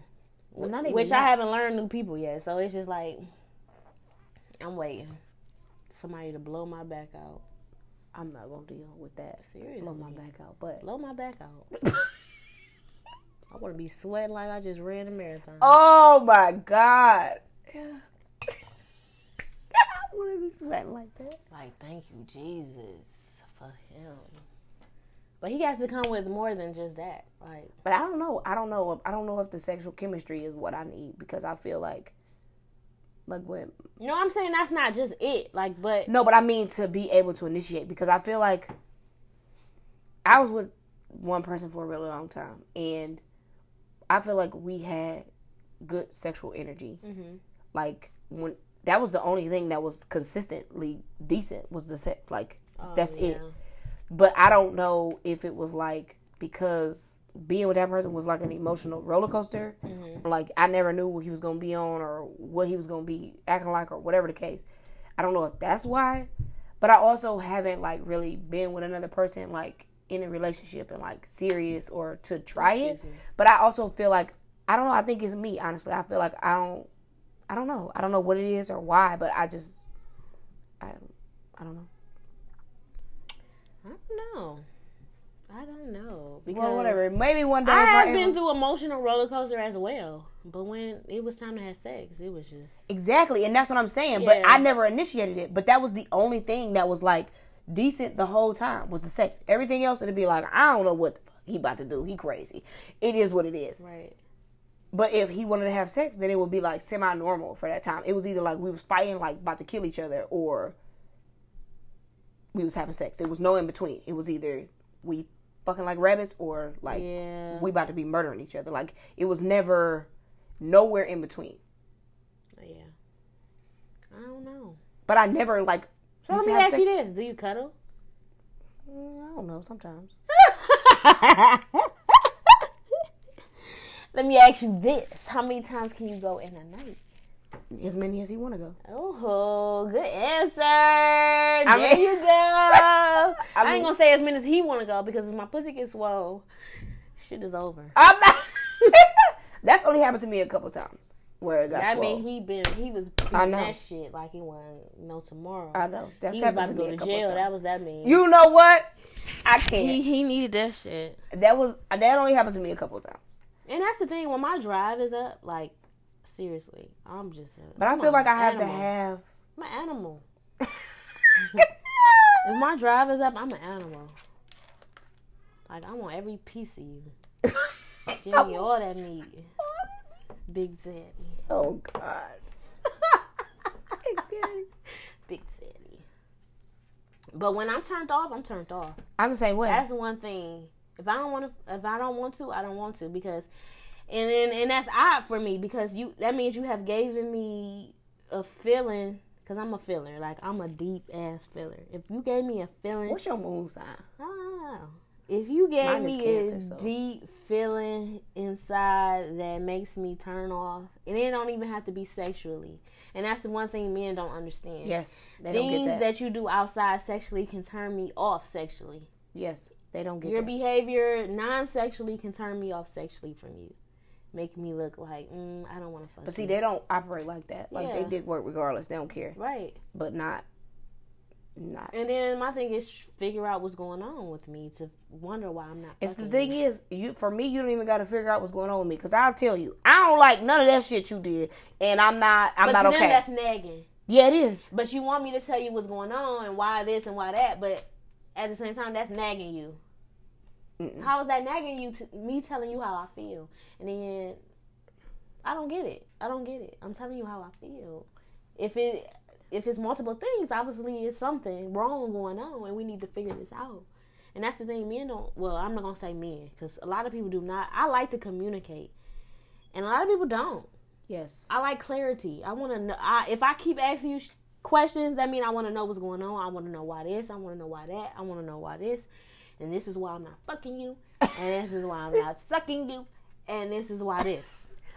[SPEAKER 2] Well, not even
[SPEAKER 1] Which
[SPEAKER 2] that.
[SPEAKER 1] I haven't learned new people yet. So it's just like I'm waiting. Somebody to blow my back out.
[SPEAKER 2] I'm not gonna deal with that.
[SPEAKER 1] Seriously.
[SPEAKER 2] Blow my back out, but.
[SPEAKER 1] Blow my back out. I want to be sweating like I just ran a marathon.
[SPEAKER 2] oh my god. I wouldn't be sweating like that.
[SPEAKER 1] Like, thank you, Jesus, for him. But he has to come with more than just that. Like,
[SPEAKER 2] But I don't know. I don't know. If, I don't know if the sexual chemistry is what I need because I feel like, like when
[SPEAKER 1] you know what I'm saying? That's not just it. Like, but
[SPEAKER 2] no, but I mean to be able to initiate because I feel like I was with one person for a really long time and I feel like we had good sexual energy.
[SPEAKER 1] Mhm.
[SPEAKER 2] Like when that was the only thing that was consistently decent was the sex. Like
[SPEAKER 1] Oh,
[SPEAKER 2] that's it.
[SPEAKER 1] yeah.
[SPEAKER 2] But I don't know if it was like because being with that person was like an emotional roller coaster.
[SPEAKER 1] Mm-hmm.
[SPEAKER 2] Like I never knew what he was gonna be on or what he was gonna be acting like or whatever the case. I don't know if that's why. But I also haven't like really been with another person like in a relationship and like serious or to try it.
[SPEAKER 1] Excuse me.
[SPEAKER 2] But I also feel like I don't know, I think it's me, honestly. I feel like I don't I don't know. I don't know what it is or why, but I just I I don't know.
[SPEAKER 1] I don't know. I don't know because
[SPEAKER 2] Well, whatever. Maybe one day
[SPEAKER 1] I
[SPEAKER 2] if
[SPEAKER 1] have
[SPEAKER 2] ever-
[SPEAKER 1] been through emotional roller coaster as well, but when it was time to have sex, it was just
[SPEAKER 2] Exactly, and that's what I'm saying. But
[SPEAKER 1] Yeah.
[SPEAKER 2] I never initiated it. But that was the only thing that was like decent the whole time was the sex. Everything else it'd be like, I don't know what the fuck he about to do. He crazy. It is what it is.
[SPEAKER 1] right.
[SPEAKER 2] But if he wanted to have sex, then it would be like semi normal for that time. It was either like we was fighting, like about to kill each other, or we was having sex. It was no in between. It was either we fucking like rabbits or like
[SPEAKER 1] Yeah.
[SPEAKER 2] we about to be murdering each other. Like it was never nowhere in between.
[SPEAKER 1] Yeah. I don't know.
[SPEAKER 2] But I never like.
[SPEAKER 1] So let
[SPEAKER 2] used to
[SPEAKER 1] me
[SPEAKER 2] have
[SPEAKER 1] ask
[SPEAKER 2] sex-
[SPEAKER 1] you this: Do you cuddle?
[SPEAKER 2] Mm, I don't know. Sometimes
[SPEAKER 1] Let me ask you this: How many times can you go in a night?
[SPEAKER 2] As many as he want to go.
[SPEAKER 1] Oh, good answer. there
[SPEAKER 2] mean-
[SPEAKER 1] you go. Uh, I,
[SPEAKER 2] mean-
[SPEAKER 1] ain't gonna say as many as he want to go because if my pussy gets swole, shit is over.
[SPEAKER 2] I'm not. That's only happened to me a couple times where it got
[SPEAKER 1] I
[SPEAKER 2] swole.
[SPEAKER 1] mean, he been he was
[SPEAKER 2] I
[SPEAKER 1] beating
[SPEAKER 2] know.
[SPEAKER 1] that shit like it wasn't no tomorrow.
[SPEAKER 2] I know. That's
[SPEAKER 1] he was about to
[SPEAKER 2] happened to
[SPEAKER 1] go to
[SPEAKER 2] me a couple
[SPEAKER 1] jail.
[SPEAKER 2] times.
[SPEAKER 1] That was that mean.
[SPEAKER 2] You know what? I can't.
[SPEAKER 1] he he needed that shit.
[SPEAKER 2] that was that only happened to me a couple times.
[SPEAKER 1] And that's the thing when my drive is up, like seriously, I'm just. A,
[SPEAKER 2] But i
[SPEAKER 1] I'm a
[SPEAKER 2] feel like I have
[SPEAKER 1] animal.
[SPEAKER 2] to have.
[SPEAKER 1] I'm an animal. If my drive is up, I'm an animal. Like I want every piece of you. Give me all that meat, big zaddy,
[SPEAKER 2] oh God.
[SPEAKER 1] big zaddy. But when I'm turned off, I'm turned off.
[SPEAKER 2] I'm the same way.
[SPEAKER 1] That's one thing. If I don't want to, if I don't want to, I don't want to because, and and, and that's odd for me because you that means you have given me a feeling because I'm a feeler. Like I'm a deep ass feeler. If you gave me a feeling,
[SPEAKER 2] What's your moon sign?
[SPEAKER 1] I don't know. If you gave
[SPEAKER 2] Mine is
[SPEAKER 1] me a
[SPEAKER 2] Cancer, so-
[SPEAKER 1] deep feeling inside that makes me turn off, and it don't even have to be sexually, and that's the one thing men don't understand.
[SPEAKER 2] Yes, they don't
[SPEAKER 1] Things
[SPEAKER 2] get that.
[SPEAKER 1] that. you do outside sexually can turn me off sexually.
[SPEAKER 2] Yes, they don't get
[SPEAKER 1] Your
[SPEAKER 2] that.
[SPEAKER 1] behavior non-sexually can turn me off sexually from you, make me look like mm, I don't want to fuck.
[SPEAKER 2] but see,
[SPEAKER 1] you."
[SPEAKER 2] they don't operate like that. Like they
[SPEAKER 1] Yeah.
[SPEAKER 2] dick work regardless. They don't care.
[SPEAKER 1] right.
[SPEAKER 2] But not, not.
[SPEAKER 1] And then my thing is figure out what's going on with me to wonder why I'm not.
[SPEAKER 2] It's the
[SPEAKER 1] fucking
[SPEAKER 2] thing is, you for me, you don't even got to figure out what's going on with me. Cause I'll tell you, I don't like none of that shit you did, and I'm not, I'm
[SPEAKER 1] But
[SPEAKER 2] not
[SPEAKER 1] to them,
[SPEAKER 2] okay.
[SPEAKER 1] that's nagging.
[SPEAKER 2] yeah, it is.
[SPEAKER 1] But you want me to tell you what's going on and why this and why that, but at the same time, that's nagging you.
[SPEAKER 2] Mm-mm.
[SPEAKER 1] How is that nagging you? To me telling you how I feel, and then I don't get it. I don't get it. I'm telling you how I feel. If it if it's multiple things, obviously it's something wrong going on, and we need to figure this out. And that's the thing, men don't. Well, I'm not gonna say men, because a lot of people do not. I like to communicate, and a lot of people don't.
[SPEAKER 2] Yes,
[SPEAKER 1] I like clarity. I want to know. I, if I keep asking you sh- questions, that means I want to know what's going on. I want to know why this. I want to know why that. I want to know why this. And this is why I'm not fucking you. And this is why I'm not sucking you. And this is why this.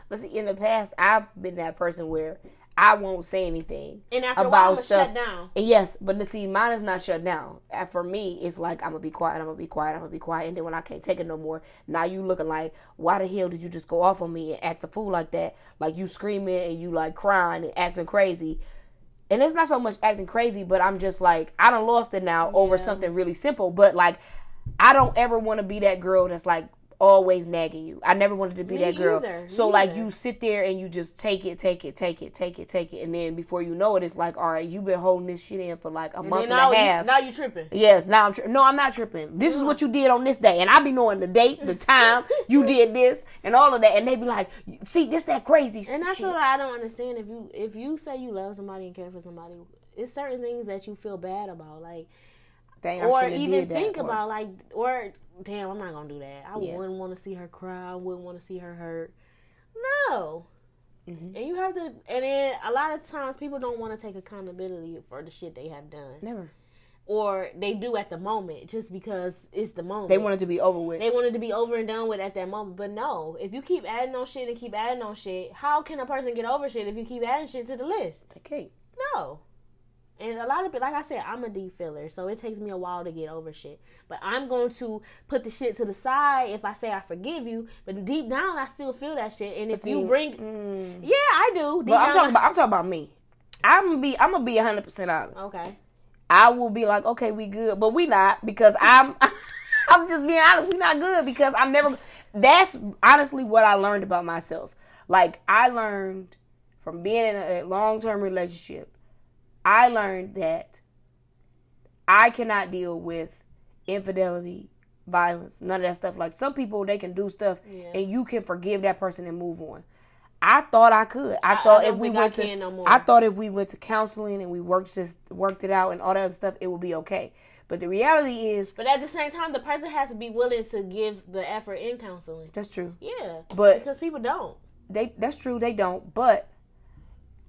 [SPEAKER 2] but see, in the past, I've been that person where I won't say anything.
[SPEAKER 1] And after a
[SPEAKER 2] About
[SPEAKER 1] while, I'm
[SPEAKER 2] stuff.
[SPEAKER 1] shut down.
[SPEAKER 2] And yes, but to see, mine is not shut down. And for me, it's like I'm gonna be quiet, I'm gonna be quiet, I'm gonna be quiet, and then when I can't take it no more, now you looking like, why the hell did you just go off on me and act a fool like that? Like you screaming and you like crying and acting crazy. And it's not so much acting crazy, but I'm just like, I done lost it now over something really simple. But like, I don't ever want to be that girl that's like always nagging you. I never wanted to be
[SPEAKER 1] Me
[SPEAKER 2] that girl.
[SPEAKER 1] either,
[SPEAKER 2] So
[SPEAKER 1] me
[SPEAKER 2] like
[SPEAKER 1] either.
[SPEAKER 2] you sit there and you just take it, take it, take it, take it, take it, and then before you know it, it's like, all right, you've been holding this shit in for like a month
[SPEAKER 1] And
[SPEAKER 2] and
[SPEAKER 1] now,
[SPEAKER 2] a
[SPEAKER 1] you,
[SPEAKER 2] half.
[SPEAKER 1] now you tripping.
[SPEAKER 2] Yes, now I'm tri- no, I'm not tripping. This is what you did on this day, and I be knowing the date, the time you did this, and all of that, and they be like, "See, this that crazy
[SPEAKER 1] And that's
[SPEAKER 2] shit."
[SPEAKER 1] what I don't understand. If you if you say you love somebody and care for somebody, it's certain things that you feel bad about. Like
[SPEAKER 2] Dang, I
[SPEAKER 1] or
[SPEAKER 2] shouldn't have
[SPEAKER 1] even
[SPEAKER 2] did that,
[SPEAKER 1] think
[SPEAKER 2] or-
[SPEAKER 1] about like or damn i'm not gonna do that i
[SPEAKER 2] Yes.
[SPEAKER 1] wouldn't want to see her cry i wouldn't want to see her hurt no
[SPEAKER 2] Mhm.
[SPEAKER 1] and you have to and then a lot of times people don't want to take accountability for the shit they have done
[SPEAKER 2] never.
[SPEAKER 1] or they do at the moment just because it's the moment
[SPEAKER 2] They wanted to be over with.
[SPEAKER 1] they wanted to be over and done with at that moment but no if you keep adding on shit and keep adding on shit how can a person get over shit if you keep adding shit to the list
[SPEAKER 2] okay,
[SPEAKER 1] no. And a lot of it, like I said, I'm a deep filler, so it takes me a while to get over shit. But I'm going to put the shit to the side if I say I forgive you, but deep down I still feel that shit. And if you
[SPEAKER 2] See,
[SPEAKER 1] bring,
[SPEAKER 2] mm,
[SPEAKER 1] yeah, I do. Deep
[SPEAKER 2] but I'm
[SPEAKER 1] down,
[SPEAKER 2] talking about. I'm talking about me. I'm gonna be. I'm gonna be 100 percent honest.
[SPEAKER 1] okay,
[SPEAKER 2] I will be like, okay, we good, but we not because I'm. I'm just being honest. We not good because I'm never. That's honestly what I learned about myself. Like I learned from being in a long term relationship. I learned that I cannot deal with infidelity, violence, none of that stuff. Like some people, they can do stuff
[SPEAKER 1] Yeah.
[SPEAKER 2] and you can forgive that person and move on. I thought I could.
[SPEAKER 1] I-
[SPEAKER 2] I,
[SPEAKER 1] I
[SPEAKER 2] thought
[SPEAKER 1] don't
[SPEAKER 2] if we
[SPEAKER 1] think I
[SPEAKER 2] went to,
[SPEAKER 1] can no more.
[SPEAKER 2] I thought if we went to counseling and we worked just worked it out and all that other stuff, it would be okay. But the reality is,
[SPEAKER 1] but at the same time, the person has to be willing to give the effort in counseling.
[SPEAKER 2] that's true.
[SPEAKER 1] Yeah,
[SPEAKER 2] But-
[SPEAKER 1] because people don't.
[SPEAKER 2] They that's true. They don't. But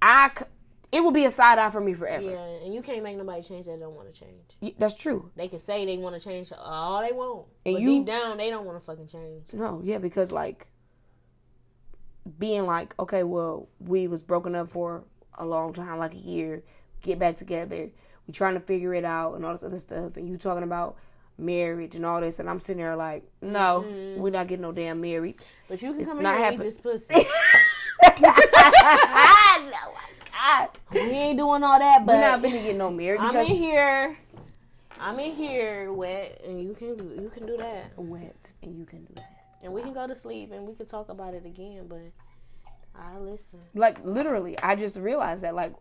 [SPEAKER 2] I, c- it will be a side eye for me forever.
[SPEAKER 1] Yeah, and you can't make nobody change that don't want to change.
[SPEAKER 2] Y- That's true.
[SPEAKER 1] They can say they want to change all they want,
[SPEAKER 2] And
[SPEAKER 1] but
[SPEAKER 2] you-
[SPEAKER 1] deep down they don't want to fucking change.
[SPEAKER 2] No, yeah, because like being like, okay, well, we was broken up for a long time, like a year, get back together. We trying to figure it out and all this other stuff. And you talking about marriage and all this, and I'm sitting there like, no, we're not getting no damn married.
[SPEAKER 1] But you can come in
[SPEAKER 2] not
[SPEAKER 1] here and eat
[SPEAKER 2] happening.
[SPEAKER 1] this pussy.
[SPEAKER 2] no, my God.
[SPEAKER 1] we ain't doing all that,
[SPEAKER 2] We're not
[SPEAKER 1] but
[SPEAKER 2] gonna get no married
[SPEAKER 1] I'm
[SPEAKER 2] because
[SPEAKER 1] in here. I'm in here wet, and you can do you can do that,
[SPEAKER 2] wet, and you can do that.
[SPEAKER 1] and we can go to sleep, and we can talk about it again. But I listen.
[SPEAKER 2] Like literally, I just realized that like,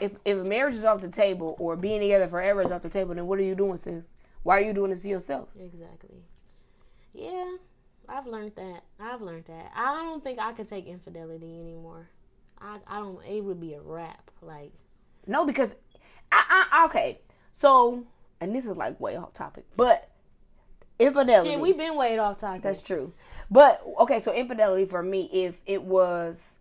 [SPEAKER 2] if if marriage is off the table or being together forever is off the table, then what are you doing, sis? Why are you doing this to yourself?
[SPEAKER 1] Exactly. Yeah, I've learned that. I've learned that. I don't think I could take infidelity anymore. I, I don't. It would be a wrap. Like
[SPEAKER 2] No, because I, I okay. So, and this is like way off topic, but infidelity.
[SPEAKER 1] shit, we've been way off topic.
[SPEAKER 2] That's true. But okay, so infidelity for me, if it was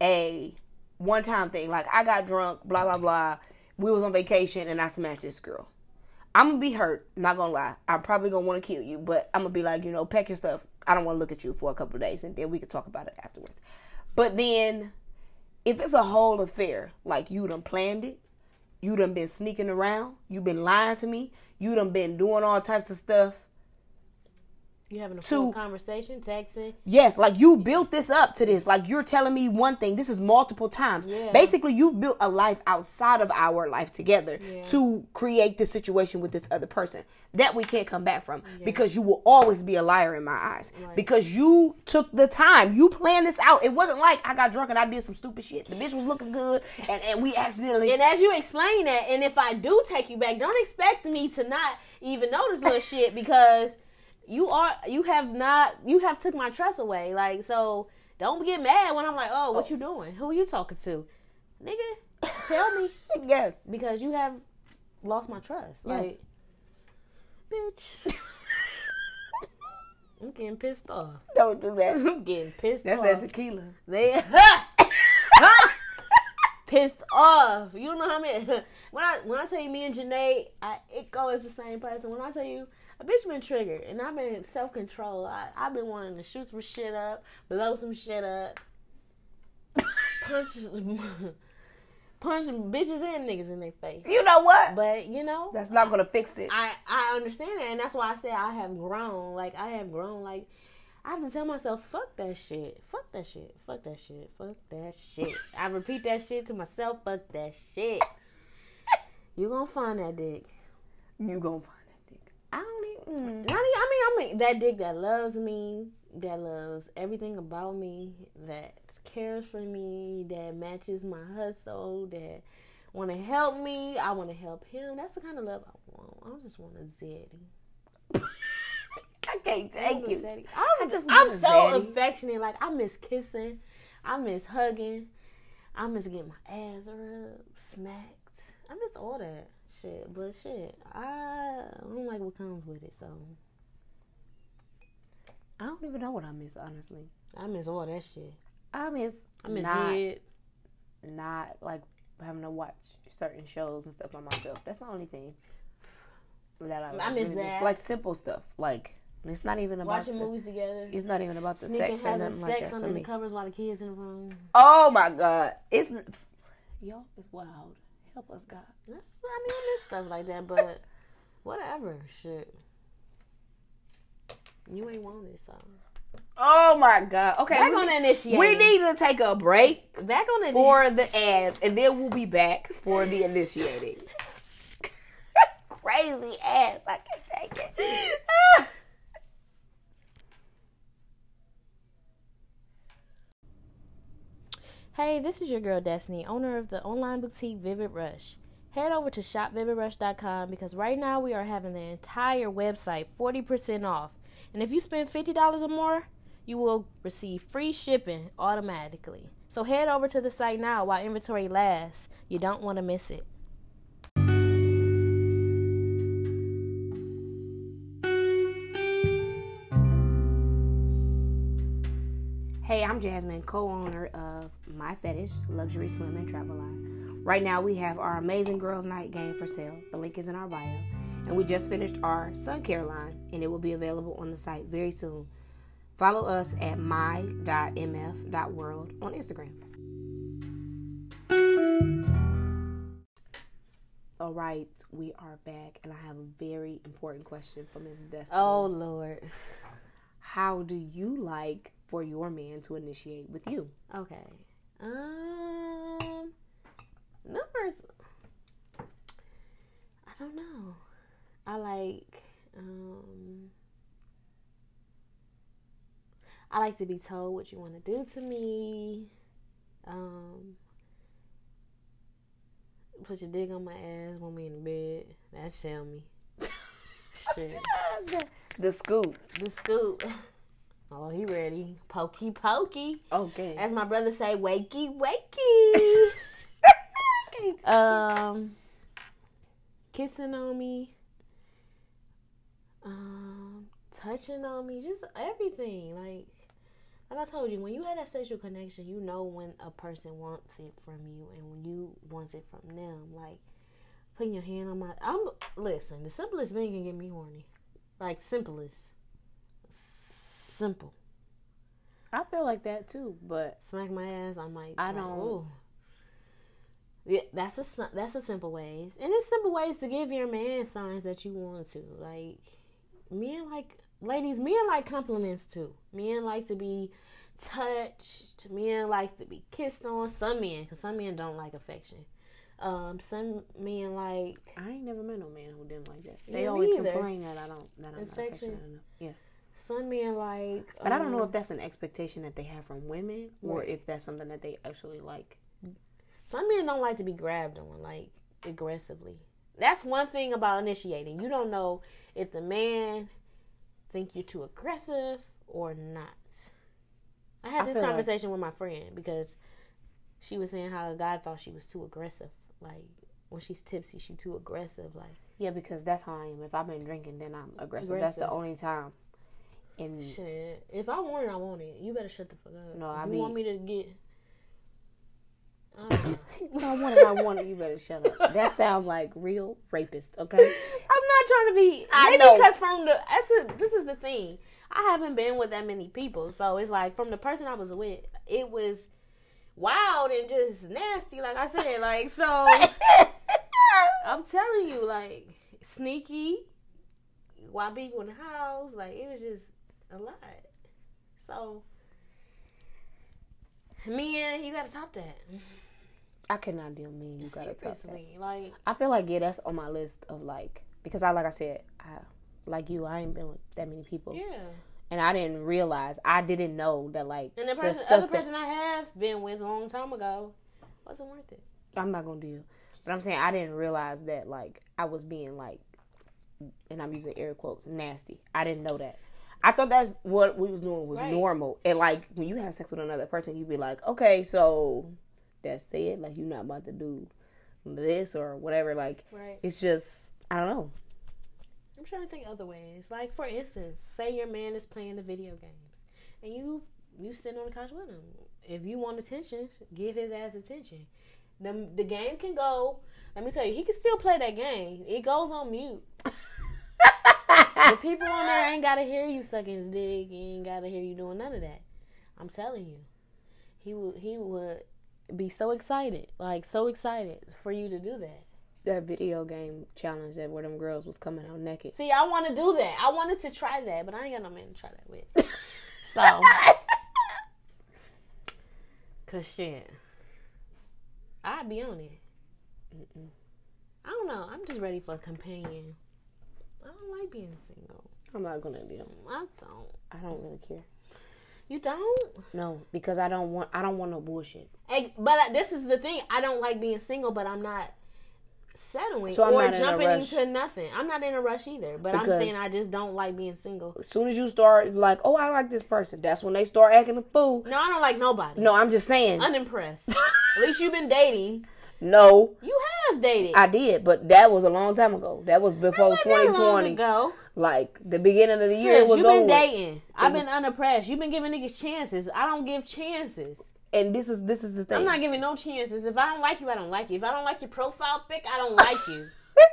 [SPEAKER 2] a one time thing, like I got drunk, blah blah blah, we was on vacation and I smashed this girl. I'm gonna be hurt, not gonna lie. I'm probably gonna wanna kill you, but I'm gonna be like, you know, pack your stuff. I don't wanna look at you for a couple of days and then we can talk about it afterwards. But then if it's a whole affair, like you done planned it, you done been sneaking around, you been lying to me, you done been doing all types of stuff.
[SPEAKER 1] you having a full
[SPEAKER 2] Two.
[SPEAKER 1] conversation, texting.
[SPEAKER 2] Yes, like you built this up to this. Like you're telling me one thing. This is multiple times.
[SPEAKER 1] Yeah.
[SPEAKER 2] Basically, you've built a life outside of our life together
[SPEAKER 1] Yeah.
[SPEAKER 2] to create this situation with this other person that we can't come back from because you will always be a liar in my eyes because you took the time. You planned this out. It wasn't like I got drunk and I did some stupid shit. The bitch was looking good and, and we accidentally.
[SPEAKER 1] And as you explain that, and if I do take you back, don't expect me to not even know this little shit because you are you have not you have took my trust away. Like so, don't get mad when I'm like, oh, what you doing? Who you talking to, nigga? Tell me
[SPEAKER 2] yes.
[SPEAKER 1] because you have lost my trust. Like, bitch, I'm getting pissed off.
[SPEAKER 2] Don't do that.
[SPEAKER 1] I'm getting pissed
[SPEAKER 2] That's
[SPEAKER 1] off.
[SPEAKER 2] that tequila.
[SPEAKER 1] They pissed off. You don't know how many. When I when I tell you, me and Janae, I Itko is the same person. When I tell you, a bitch been triggered and I've been self control. I I've been wanting to shoot some shit up, blow some shit up, punch punch bitches and niggas in their face.
[SPEAKER 2] You know what?
[SPEAKER 1] But you know,
[SPEAKER 2] That's not gonna fix it.
[SPEAKER 1] I I understand that, and that's why I say I have grown. Like I have grown. Like I have to tell myself, fuck that shit, fuck that shit, fuck that shit, fuck that shit. I repeat that shit to myself, fuck that shit. You gonna find that dick.
[SPEAKER 2] You gonna find that dick. e-,
[SPEAKER 1] I don't even.
[SPEAKER 2] mm.
[SPEAKER 1] Not even I mean, I mean that dick that loves me, that loves everything about me, that cares for me, that matches my hustle, that want to help me. I want to help him. That's the kind of love I want. I just want a zeddy.
[SPEAKER 2] I can't take you.
[SPEAKER 1] Daddy. I'm,
[SPEAKER 2] I just
[SPEAKER 1] I'm
[SPEAKER 2] miss
[SPEAKER 1] so
[SPEAKER 2] daddy.
[SPEAKER 1] affectionate. Like I miss kissing, I miss hugging, I miss getting my ass rubbed, smacked. I miss all that shit. But shit, I don't like what comes with it. So
[SPEAKER 2] I don't even know what I miss, honestly.
[SPEAKER 1] I miss all that shit.
[SPEAKER 2] I miss,
[SPEAKER 1] I miss
[SPEAKER 2] not
[SPEAKER 1] head.
[SPEAKER 2] not like having to watch certain shows and stuff by myself. That's the only thing that I, like,
[SPEAKER 1] miss
[SPEAKER 2] really
[SPEAKER 1] that.
[SPEAKER 2] Like simple stuff. Like it's not even about
[SPEAKER 1] watching
[SPEAKER 2] the,
[SPEAKER 1] movies together,
[SPEAKER 2] It's not even about the
[SPEAKER 1] sneaking
[SPEAKER 2] sex or
[SPEAKER 1] having
[SPEAKER 2] nothing like
[SPEAKER 1] sex
[SPEAKER 2] that for
[SPEAKER 1] under the
[SPEAKER 2] me.
[SPEAKER 1] covers while the kids in the room.
[SPEAKER 2] oh my god, it's y'all is wild. Help us, God.
[SPEAKER 1] That's, I mean, I miss stuff like that, but whatever. Shit, you ain't want it, so
[SPEAKER 2] Oh my god. Okay,
[SPEAKER 1] back
[SPEAKER 2] we,
[SPEAKER 1] on the initiating.
[SPEAKER 2] we need to take a break
[SPEAKER 1] back on the
[SPEAKER 2] for the ads, and then we'll be back for the initiated. Crazy ass, I can take it.
[SPEAKER 1] Hey, this is your girl Destiny, owner of the online boutique Vivid Rush. Head over to shopvividrush.com because right now we are having the entire website 40% off. And if you spend $50 or more, you will receive free shipping automatically. So head over to the site now while inventory lasts. You don't want to miss it.
[SPEAKER 2] Hey, I'm Jasmine, co-owner of My Fetish Luxury Swim and Travel Line. Right now, we have our amazing girls' night game for sale. The link is in our bio, and we just finished our sun care line, and it will be available on the site very soon. Follow us at my.mf.world on Instagram. All right, we are back, and I have a very important question for Ms. Destiny.
[SPEAKER 1] Oh Lord.
[SPEAKER 2] How do you like for your man to initiate with you?
[SPEAKER 1] Okay. Um. Numbers. I don't know. I like. Um. I like to be told what you want to do to me. Um. Put your dick on my ass when we in bed. That shall me. Shit.
[SPEAKER 2] The scoop.
[SPEAKER 1] The scoop. Oh, he ready. Pokey pokey.
[SPEAKER 2] Okay.
[SPEAKER 1] As my brother say, wakey wakey. um, kissing on me, um, touching on me, just everything. Like, like I told you, when you have that sexual connection, you know when a person wants it from you and when you want it from them. Like, putting your hand on my. I'm listen. The simplest thing can get me horny. Like simplest, simple.
[SPEAKER 2] I feel like that too, but
[SPEAKER 1] Smack my ass. I'm like,
[SPEAKER 2] I
[SPEAKER 1] like,
[SPEAKER 2] don't-
[SPEAKER 1] "Ooh." Yeah, that's a si- that's a simple ways, and it's simple ways to give your man signs that you want to. Like men like ladies, men like compliments too. Men like to be touched. Men like to be kissed on. Some men, because some men don't like affection. Um, some men like
[SPEAKER 2] I ain't never met no man who didn't like that.
[SPEAKER 1] Yeah,
[SPEAKER 2] They
[SPEAKER 1] me
[SPEAKER 2] always
[SPEAKER 1] either.
[SPEAKER 2] complain that I don't that I'm not
[SPEAKER 1] Affection.
[SPEAKER 2] affectionate enough. Yes.
[SPEAKER 1] some men like.
[SPEAKER 2] But I don't know
[SPEAKER 1] um,
[SPEAKER 2] if that's an expectation that they have from women or
[SPEAKER 1] Right.
[SPEAKER 2] if that's something that they actually like.
[SPEAKER 1] Some men don't like to be grabbed on, like aggressively. That's one thing about initiating. You don't know if the man think you're too aggressive or not. I had
[SPEAKER 2] I
[SPEAKER 1] this
[SPEAKER 2] feel like-
[SPEAKER 1] conversation with my friend because she was saying how a guy thought she was too aggressive. Like when she's tipsy, she too aggressive. Like
[SPEAKER 2] Yeah, because that's how I am. If I've been drinking, then I'm aggressive. That's the
[SPEAKER 1] Aggressive.
[SPEAKER 2] only time. And
[SPEAKER 1] shit. If I want it, I want it. You better shut the fuck up.
[SPEAKER 2] Mm. No,
[SPEAKER 1] If
[SPEAKER 2] I
[SPEAKER 1] you
[SPEAKER 2] be-
[SPEAKER 1] want me to get. I don't know.
[SPEAKER 2] if I want it, I want it. You better shut up. That sounds like real rapist. Okay.
[SPEAKER 1] I'm not trying to be.
[SPEAKER 2] I
[SPEAKER 1] maybe
[SPEAKER 2] know.
[SPEAKER 1] because from the that's a, this is the thing. I haven't been with that many people, so it's like from the person I was with, it was wild and just nasty. Like I said, like so. I'm telling you, like sneaky, wild people in the house. Like it was just a lot. So, man, you gotta top that.
[SPEAKER 2] I cannot deal with me. You gotta talk.
[SPEAKER 1] Seriously, like
[SPEAKER 2] I feel like yeah, that's on my list of like because I like I said I like you. I ain't been with that many people,
[SPEAKER 1] yeah.
[SPEAKER 2] and I didn't realize I didn't know that like
[SPEAKER 1] And the
[SPEAKER 2] the
[SPEAKER 1] person,
[SPEAKER 2] stuff
[SPEAKER 1] other
[SPEAKER 2] that-
[SPEAKER 1] person I have been with a long time ago wasn't worth it.
[SPEAKER 2] I'm not gonna deal. But I'm saying I didn't realize that like I was being like, and I'm using air quotes, nasty. I didn't know that. I thought that's what we was doing was
[SPEAKER 1] Right.
[SPEAKER 2] normal. And like when you have sex with another person, you be like, okay, so that's it. Like you're not about to do this or whatever. Like
[SPEAKER 1] Right.
[SPEAKER 2] it's just I don't know.
[SPEAKER 1] I'm trying to think other ways. Like for instance, say your man is playing the video games, and you you sitting on the couch with him. If you want attention, give his ass attention. The the game can go. Let me tell you, he can still play that game. It goes on mute. The people on there ain't gotta hear you sucking his dick. He ain't gotta hear you doing none of that. I'm telling you, he would he would be so excited, like so excited for you to do that.
[SPEAKER 2] that video game challenge that where them girls was coming out naked.
[SPEAKER 1] See, I want to do that. I wanted to try that, but I ain't got no man to try that with. So, cause shit, I'd be on it.
[SPEAKER 2] Mm-mm.
[SPEAKER 1] I don't know. I'm just ready for a companion. I don't like being single.
[SPEAKER 2] I'm not gonna deal.
[SPEAKER 1] I don't.
[SPEAKER 2] I don't really care.
[SPEAKER 1] You don't?
[SPEAKER 2] No, because I don't want. I don't want no bullshit.
[SPEAKER 1] Ex- But I- this is the thing. I don't like being single, but I'm not settling
[SPEAKER 2] So I'm
[SPEAKER 1] or
[SPEAKER 2] not in a
[SPEAKER 1] jumping
[SPEAKER 2] rush.
[SPEAKER 1] into nothing. I'm not in a rush either. But I'm
[SPEAKER 2] Because-
[SPEAKER 1] saying I just don't like being single.
[SPEAKER 2] As soon as you start like, oh, I like this person, that's when they start acting a fool.
[SPEAKER 1] No, I don't like nobody.
[SPEAKER 2] No, I'm just saying.
[SPEAKER 1] Unimpressed. At least you've been dating.
[SPEAKER 2] No,
[SPEAKER 1] You have dated.
[SPEAKER 2] I did, but that was a long time ago. That was before
[SPEAKER 1] Not that long
[SPEAKER 2] 2020.
[SPEAKER 1] ago.
[SPEAKER 2] Like the beginning of the year, it
[SPEAKER 1] Yes,
[SPEAKER 2] was
[SPEAKER 1] you've been
[SPEAKER 2] over.
[SPEAKER 1] dating. I've been
[SPEAKER 2] was-
[SPEAKER 1] unimpressed. You've been giving niggas chances. I don't give chances.
[SPEAKER 2] and this is this is the thing.
[SPEAKER 1] I'm not giving no chances. If I don't like you, I don't like you. If I don't like your profile pic, I don't like you.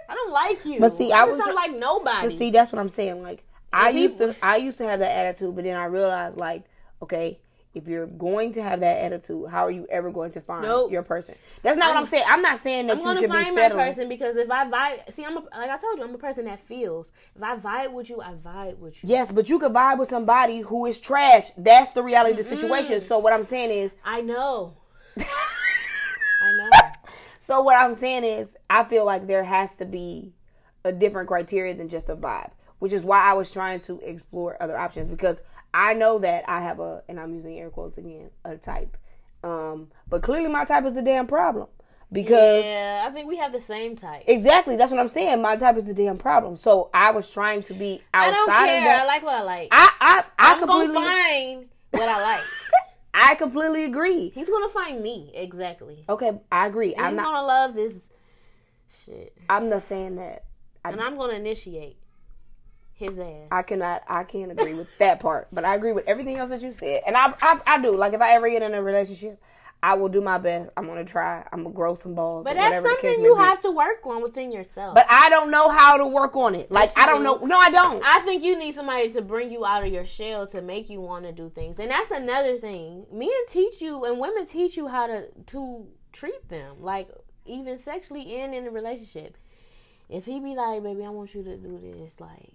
[SPEAKER 1] I don't like you.
[SPEAKER 2] But see, I
[SPEAKER 1] just
[SPEAKER 2] was-
[SPEAKER 1] don't like nobody.
[SPEAKER 2] But see, that's what I'm saying. Like, I used to I used to have that attitude, but then I realized like, okay, if you're going to have that attitude, how are you ever going to find
[SPEAKER 1] Nope.
[SPEAKER 2] your person? That's not what I'm saying. I'm not saying that
[SPEAKER 1] I'm
[SPEAKER 2] you
[SPEAKER 1] gonna
[SPEAKER 2] should be
[SPEAKER 1] find my
[SPEAKER 2] settling.
[SPEAKER 1] person because if I vibe, see, I'm a, like I told you, I'm a person that feels. If I vibe with you, I vibe with you.
[SPEAKER 2] Yes, but you could vibe with somebody who is trash. That's the reality of the situation. So what I'm saying is
[SPEAKER 1] I know. I know.
[SPEAKER 2] So what I'm saying is, I feel like there has to be a different criteria than just a vibe, which is why I was trying to explore other options because I know that I have a, and I'm using air quotes again, a type. Um, but clearly my type is the damn problem because
[SPEAKER 1] Yeah, I think we have the same type.
[SPEAKER 2] exactly that's what I'm saying. My type is the damn problem. So I was trying to be
[SPEAKER 1] I
[SPEAKER 2] outside
[SPEAKER 1] don't care.
[SPEAKER 2] of
[SPEAKER 1] I
[SPEAKER 2] that.
[SPEAKER 1] like what I like. I,
[SPEAKER 2] I I I
[SPEAKER 1] am
[SPEAKER 2] completely
[SPEAKER 1] gonna find what I like.
[SPEAKER 2] I completely agree.
[SPEAKER 1] He's gonna find me exactly.
[SPEAKER 2] Okay, I agree. I'm
[SPEAKER 1] He's
[SPEAKER 2] not
[SPEAKER 1] gonna love this shit,
[SPEAKER 2] I'm not saying that
[SPEAKER 1] and I'm gonna initiate his ass.
[SPEAKER 2] I cannot. I can't agree with that part, but I agree with everything else that you said, and I, I, I do. Like if I ever get in a relationship, I will do my best. I'm gonna try. I'm gonna grow some balls.
[SPEAKER 1] but
[SPEAKER 2] or
[SPEAKER 1] that's
[SPEAKER 2] whatever the case
[SPEAKER 1] something
[SPEAKER 2] may
[SPEAKER 1] you
[SPEAKER 2] be.
[SPEAKER 1] have to work on within yourself.
[SPEAKER 2] But I don't know how to work on it. Like I don't know. No, I don't.
[SPEAKER 1] I think you need somebody to bring you out of your shell to make you want to do things, and that's another thing. Men teach you, and women teach you how to to treat them, like even sexually and in a relationship. If he be like, "Baby, I want you to do this," like,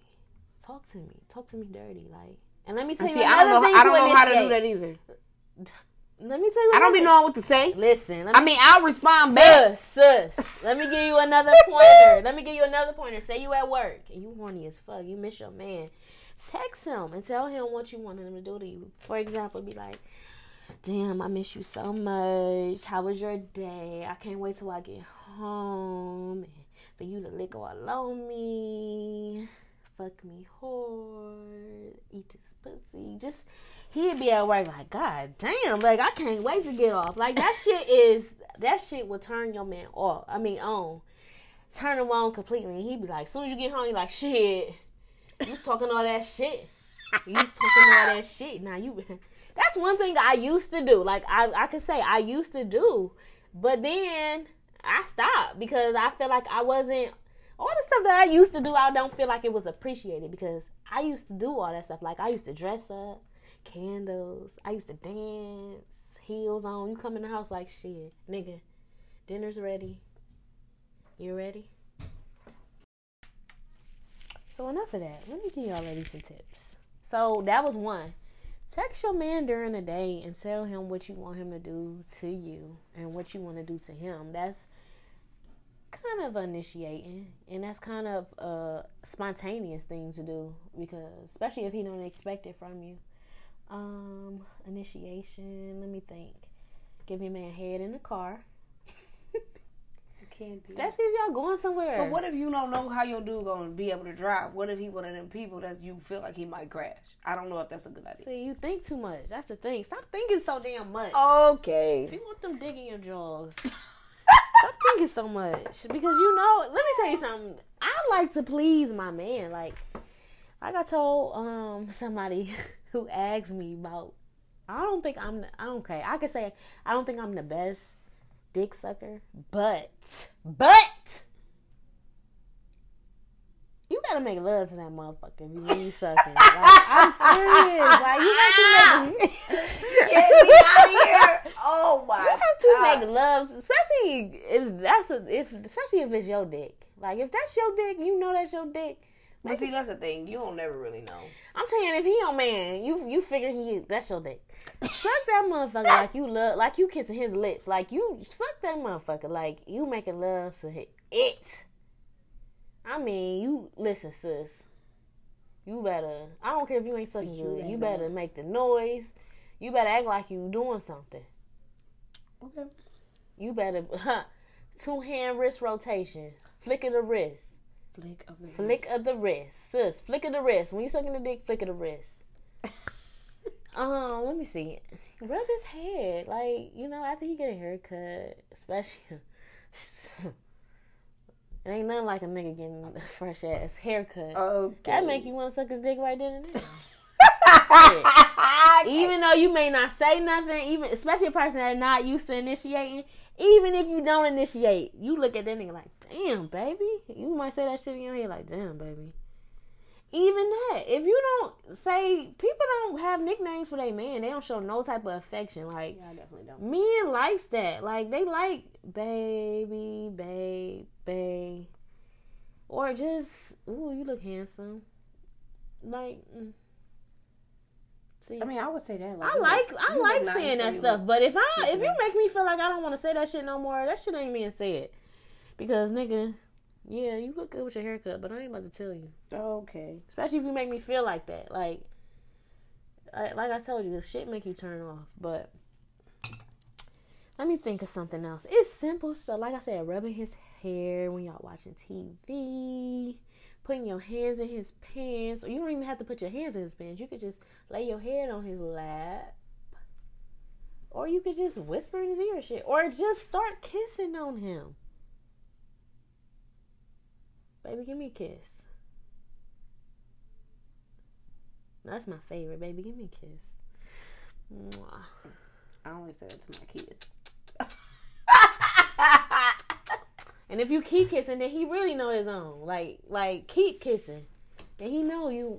[SPEAKER 1] talk to me, talk to me dirty, like, and let me tell you
[SPEAKER 2] See, I
[SPEAKER 1] another
[SPEAKER 2] don't know.
[SPEAKER 1] thing
[SPEAKER 2] I
[SPEAKER 1] to
[SPEAKER 2] don't know how to do
[SPEAKER 1] initiate.
[SPEAKER 2] that either.
[SPEAKER 1] Let me tell you.
[SPEAKER 2] I don't be
[SPEAKER 1] another-
[SPEAKER 2] knowing what to say.
[SPEAKER 1] Listen, let me
[SPEAKER 2] I mean, I'll respond back.
[SPEAKER 1] sus, sus. Let me give you another pointer. Let me give you another pointer. Say you at work and you horny as fuck. You miss your man. Text him and tell him what you wanted him to do to you. For example, be like, "Damn, I miss you so much. How was your day? I can't wait till I get home and for you to lick all on me, fuck me hard, eat this pussy." Just he'd be at work like, God damn, like I can't wait to get off. Like that shit is that shit will turn your man off. I mean on. Turn him on completely. And he'd be like, soon as you get home, you like, shit. You was talking all that shit. You was talking all that shit. Now you that's one thing I used to do. Like I, I could say I used to do. But then I stopped because I felt like I wasn't all the stuff that I used to do, I don't feel like it was appreciated because I used to do all that stuff. Like I used to dress up, candles. I used to dance, heels on. You come in the house like shit, nigga. Dinner's ready. You ready? So enough of that. Let me give y'all ladies some tips. So that was one. Text your man during the day and tell him what you want him to do to you and what you want to do to him. That's kind of initiating and that's kind of a spontaneous thing to do because especially if he don't expect it from you um initiation let me think give your man head in the car especially if y'all going somewhere
[SPEAKER 2] But what if you don't know how your dude gonna be able to drive? What if he one of them people that you feel like he might crash? I don't know if that's a good idea.
[SPEAKER 1] See, you think too much that's the thing stop thinking so damn much
[SPEAKER 2] Okay.
[SPEAKER 1] you want them digging your jaws Stop thinking so much because you know. Let me tell you something. I like to please my man. Like, like I told um somebody who asked me about. I don't think I'm. the- I okay. I could say I don't think I'm the best dick sucker, but but you gotta make love to that motherfucker if you really sucking. Like, I'm serious. Like you have to make.
[SPEAKER 2] Get me out of here! Oh my
[SPEAKER 1] You have to
[SPEAKER 2] God.
[SPEAKER 1] make love, especially if that's a, if especially if it's your dick. Like if that's your dick, you know that's your dick.
[SPEAKER 2] But see, that's the thing. You don't never really know.
[SPEAKER 1] I'm telling you, if he your man, you you figure he is. That's your dick. Suck that motherfucker like you love, like you kissing his lips, like you suck that motherfucker like you making love to hi- it. I mean, you listen, sis. You better. I don't care if you ain't sucking
[SPEAKER 2] You
[SPEAKER 1] good.
[SPEAKER 2] ain't
[SPEAKER 1] You better make the noise. You better act like you doing something.
[SPEAKER 2] Okay.
[SPEAKER 1] You better huh, two hand wrist rotation, flick of the wrist,
[SPEAKER 2] Flick of the
[SPEAKER 1] flick of the wrist, sis, flick of the wrist. When you sucking the dick, flick of the wrist. Um, let me see. Rub his head, like you know, after he get a haircut, especially. it ain't nothing like a nigga getting a fresh ass haircut.
[SPEAKER 2] Okay.
[SPEAKER 1] that make you want to suck his dick right then and there.
[SPEAKER 2] Shit.
[SPEAKER 1] even though you may not say nothing, even especially a person that's not used to initiating, even if you don't initiate, you look at that nigga like, damn, baby. You might say that shit in your head like, damn, baby. even that, if you don't say people don't have nicknames for their man, they don't show no type of affection. Like
[SPEAKER 3] Yeah, I definitely don't.
[SPEAKER 1] men likes that. Like they like baby, babe, babe, or just ooh, you look handsome. Like, mm. see,
[SPEAKER 3] I mean, I would say that.
[SPEAKER 1] I
[SPEAKER 3] you
[SPEAKER 1] like
[SPEAKER 3] look-
[SPEAKER 1] I
[SPEAKER 3] you look
[SPEAKER 1] like
[SPEAKER 3] nice
[SPEAKER 1] saying that
[SPEAKER 3] and you
[SPEAKER 1] stuff,
[SPEAKER 3] look-
[SPEAKER 1] but if I if you make me feel like I don't want to say that shit no more, that shit ain't being said. Because nigga, yeah, you look good with your haircut, but I ain't about to tell you.
[SPEAKER 3] Okay.
[SPEAKER 1] Especially if you make me feel like that. Like, I, like I told you, this shit make you turn off. But let me think of something else. It's simple stuff. Like I said, rubbing his hair when y'all watching TV, putting your hands in his pants. Or you don't even have to put your hands in his pants. You could just lay your head on his lap. Or you could just whisper in his ear and shit. Or just start kissing on him. Baby, give me a kiss. That's my favorite, baby. Give me a kiss. Mwah.
[SPEAKER 3] I only say that to my kids.
[SPEAKER 1] And if you keep kissing, then he really know his own. Like, like keep kissing, and he know you.